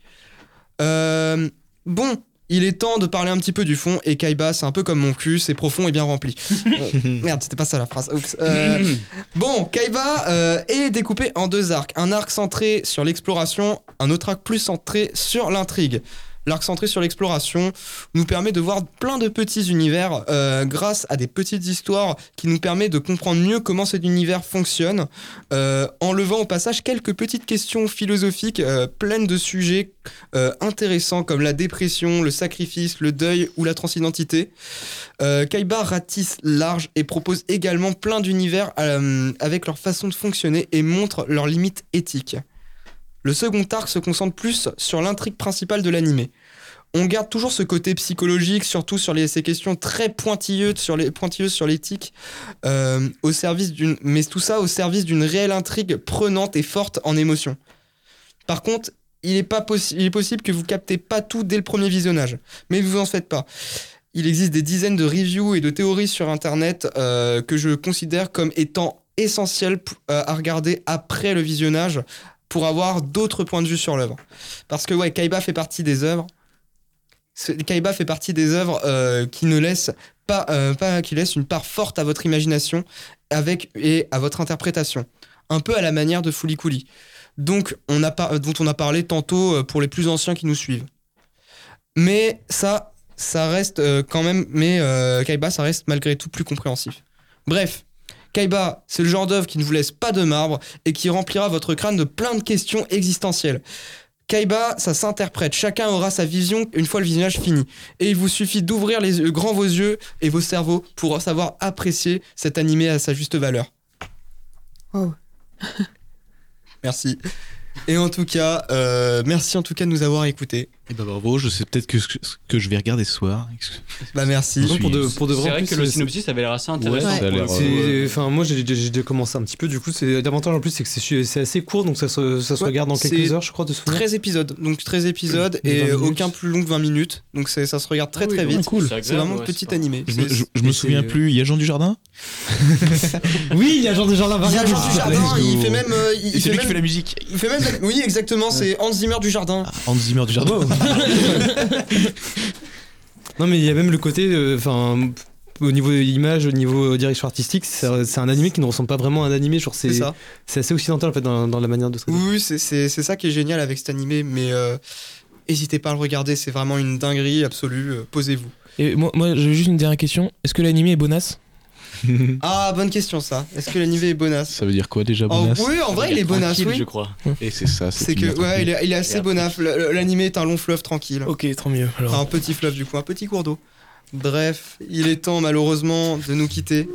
Speaker 1: Euh, bon, il est temps de parler un petit peu du fond et Kaiba, c'est un peu comme mon cul, c'est profond et bien rempli. Euh, merde, c'était pas ça la phrase. Oups. Euh, bon, Kaiba euh, est découpé en deux arcs. Un arc centré sur l'exploration, un autre arc plus centré sur l'intrigue. L'arc centré sur l'exploration nous permet de voir plein de petits univers euh, grâce à des petites histoires qui nous permettent de comprendre mieux comment cet univers fonctionne, euh, en levant au passage quelques petites questions philosophiques euh, pleines de sujets euh, intéressants comme la dépression, le sacrifice, le deuil ou la transidentité. Euh, Kaiba ratisse large et propose également plein d'univers euh, avec leur façon de fonctionner et montre leurs limites éthiques. Le second arc se concentre plus sur l'intrigue principale de l'animé. On garde toujours ce côté psychologique, surtout sur les- ces questions très pointilleuses sur les pointilleuses sur l'éthique, euh, au service d'une, mais tout ça au service d'une réelle intrigue prenante et forte en émotion. Par contre, il est, pas possi- il est possible que vous captez pas tout dès le premier visionnage, mais vous en faites pas. Il existe des dizaines de reviews et de théories sur Internet euh, que je considère comme étant essentielles p- euh, à regarder après le visionnage pour avoir d'autres points de vue sur l'œuvre. Parce que ouais, Kaiba fait partie des œuvres. ce- Kaiba fait partie des œuvres euh, qui ne laissent pas, euh, pas qui laissent une part forte à votre imagination avec et à votre interprétation, un peu à la manière de Fouli Couli. Donc on a par- dont on a parlé tantôt euh, pour les plus anciens qui nous suivent. Mais ça, ça reste euh, quand même. Mais euh, Kaiba, ça reste malgré tout plus compréhensif. Bref, Kaiba, c'est le genre d'œuvre qui ne vous laisse pas de marbre et qui remplira votre crâne de plein de questions existentielles. Kaiba, ça s'interprète. Chacun aura sa vision une fois le visionnage fini. Et il vous suffit d'ouvrir les yeux, grand vos yeux et vos cerveaux pour savoir apprécier cet animé à sa juste valeur. Merci. Et en tout cas, euh, merci en tout cas de nous avoir écoutés.
Speaker 6: Et bah bravo, je sais peut-être que, ce que je vais regarder ce soir. Excuse-
Speaker 1: Bah merci.
Speaker 6: Non, pour de-
Speaker 5: pour de vrai,
Speaker 3: C'est
Speaker 5: en
Speaker 3: vrai
Speaker 5: plus,
Speaker 3: que le
Speaker 5: c'est-
Speaker 3: synopsis avait l'air assez
Speaker 5: Ouais,
Speaker 3: intéressant.
Speaker 5: c'est-
Speaker 3: pour le coup. euh,
Speaker 5: c'est- Enfin, moi j'ai j'ai- j'ai déjà commencé un petit peu. Du coup, c'est l'avantage en plus, c'est que c'est c'est assez court, donc ça se, ça se
Speaker 1: Ouais,
Speaker 5: regarde dans quelques
Speaker 1: c'est
Speaker 5: heures, je crois, de souvenir.
Speaker 1: 13 épisodes, donc 13 épisodes
Speaker 5: De 20
Speaker 1: et
Speaker 5: minutes.
Speaker 1: aucun plus long que 20 minutes. Donc c'est- ça se regarde très
Speaker 5: Ah oui,
Speaker 1: très vite.
Speaker 5: ouais, cool.
Speaker 1: C'est
Speaker 5: agréable,
Speaker 1: vraiment
Speaker 5: ouais,
Speaker 1: petit
Speaker 5: c'est pas-
Speaker 1: animé.
Speaker 6: Je me,
Speaker 1: C'est-
Speaker 6: je- je me
Speaker 1: Et
Speaker 6: souviens
Speaker 1: c'est-
Speaker 6: plus, il y a Jean du Jardin
Speaker 5: Oui, il y a Jean Desjardins
Speaker 1: Il y a
Speaker 5: variable.
Speaker 1: Jean Dujardin,
Speaker 5: Ah, let's
Speaker 1: il
Speaker 5: go.
Speaker 1: fait même. euh, il
Speaker 6: Et c'est lui
Speaker 1: même,
Speaker 6: qui fait Ah, la musique.
Speaker 1: Il fait même. la- Oui, exactement, c'est Hans Zimmer du Jardin.
Speaker 6: Hans Zimmer du Jardin.
Speaker 5: Non, mais il y a même le côté, euh, enfin. au niveau de l'image, au niveau euh, direction artistique, c'est c'est un animé qui ne ressemble pas vraiment à un animé. Genre, c'est
Speaker 1: C'est ça.
Speaker 5: c'est assez occidental en fait dans, dans la manière de traiter.
Speaker 1: Oui, oui, c'est- c'est c'est ça qui est génial avec cet animé, mais euh, Hésitez pas à le regarder, c'est vraiment une dinguerie absolue. euh, Posez-vous.
Speaker 4: Et moi, moi j'ai juste une dernière question. Est-ce que l'animé est bonasse
Speaker 1: Ah, bonne question ça. Est-ce que l'animé est bonasse
Speaker 6: Ça veut dire quoi déjà,
Speaker 1: Oh,
Speaker 6: bonasse
Speaker 1: oui, en vrai, il est bonasse,
Speaker 3: tranquille,
Speaker 1: oui.
Speaker 3: je crois.
Speaker 6: Et c'est ça.
Speaker 1: C'est
Speaker 6: une
Speaker 1: que,
Speaker 6: autre
Speaker 1: ouais, il est, il
Speaker 3: Et
Speaker 1: est assez
Speaker 3: après-
Speaker 1: bonaf. Le- le- L'animé est un long fleuve tranquille.
Speaker 4: Ok, tant mieux.
Speaker 1: Enfin, un petit fleuve du coup, un petit cours d'eau. Bref, il est temps malheureusement de nous quitter.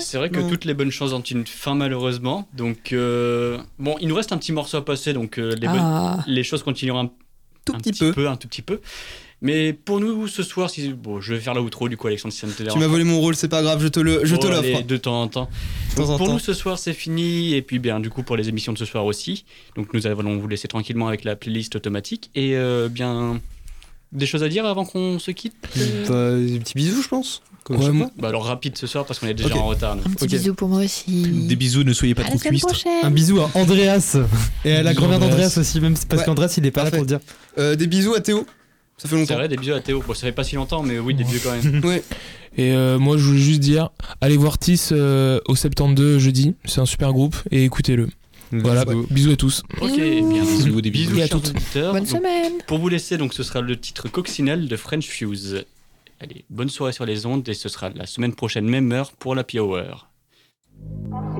Speaker 3: C'est vrai que
Speaker 1: Non.
Speaker 3: toutes les bonnes choses ont une fin malheureusement. Donc euh, bon, il nous reste un petit morceau à passer, donc euh,
Speaker 6: Eh ben,
Speaker 3: les, bonnes-
Speaker 9: Ah.
Speaker 3: les choses continueront un, un petit, peu. un tout petit peu. Mais pour nous ce soir, si bon, je vais faire la outro du coup, Alexandre. si ça ne te
Speaker 1: Tu m'as
Speaker 3: dérange
Speaker 1: volé mon rôle, c'est pas grave, je te le, je
Speaker 3: Oh,
Speaker 1: te
Speaker 3: allez,
Speaker 1: l'offre.
Speaker 3: De temps en temps.
Speaker 1: De temps
Speaker 3: Donc,
Speaker 1: en
Speaker 3: pour
Speaker 1: temps.
Speaker 3: nous ce soir c'est fini et puis bien du coup pour les émissions de ce soir aussi. Donc nous allons vous laisser tranquillement avec la playlist automatique et euh, bien des choses à dire avant qu'on se quitte.
Speaker 5: Bah, des petits bisous, je pense. Comme
Speaker 3: Ouais,
Speaker 5: chaque
Speaker 3: moi-
Speaker 5: fois.
Speaker 3: bah alors rapide ce soir parce qu'on est déjà
Speaker 5: Ok.
Speaker 3: en retard. nous.
Speaker 9: Un petit
Speaker 5: Ok.
Speaker 9: bisou pour moi aussi.
Speaker 6: Des bisous, ne soyez pas
Speaker 9: À la
Speaker 6: trop
Speaker 9: semaine
Speaker 6: cuistres.
Speaker 9: prochaine.
Speaker 5: Un bisou à Andreas et à la
Speaker 1: Bisous,
Speaker 5: grand-mère d'Andreas
Speaker 1: Andreas.
Speaker 5: aussi, même si- parce
Speaker 1: Ouais.
Speaker 5: qu'Andreas il est pas là
Speaker 1: Parfait.
Speaker 5: pour le dire.
Speaker 1: Euh, des bisous à Théo. Ça fait
Speaker 3: C'est
Speaker 1: longtemps.
Speaker 3: vrai, des bisous à Théo. Bon, ça fait pas si longtemps, mais oui, des bisous quand même.
Speaker 1: Ouais.
Speaker 4: Et euh, moi, je voulais juste dire, allez voir TIS euh, au 72 jeudi. C'est un super groupe et écoutez-le.
Speaker 1: Mmh.
Speaker 4: Voilà,
Speaker 6: Ouais.
Speaker 4: bisous à tous.
Speaker 3: Ok, bien.
Speaker 6: Bisous, des bisous.
Speaker 3: Bisous
Speaker 4: Et à
Speaker 3: chers
Speaker 4: toutes.
Speaker 3: auditeurs.
Speaker 9: Bonne
Speaker 3: Donc,
Speaker 9: semaine.
Speaker 3: Pour vous laisser, donc, ce sera le titre Coccinelle de French Fuse. Allez, bonne soirée sur les ondes et ce sera la semaine prochaine, même heure, pour la Hour.
Speaker 11: Thank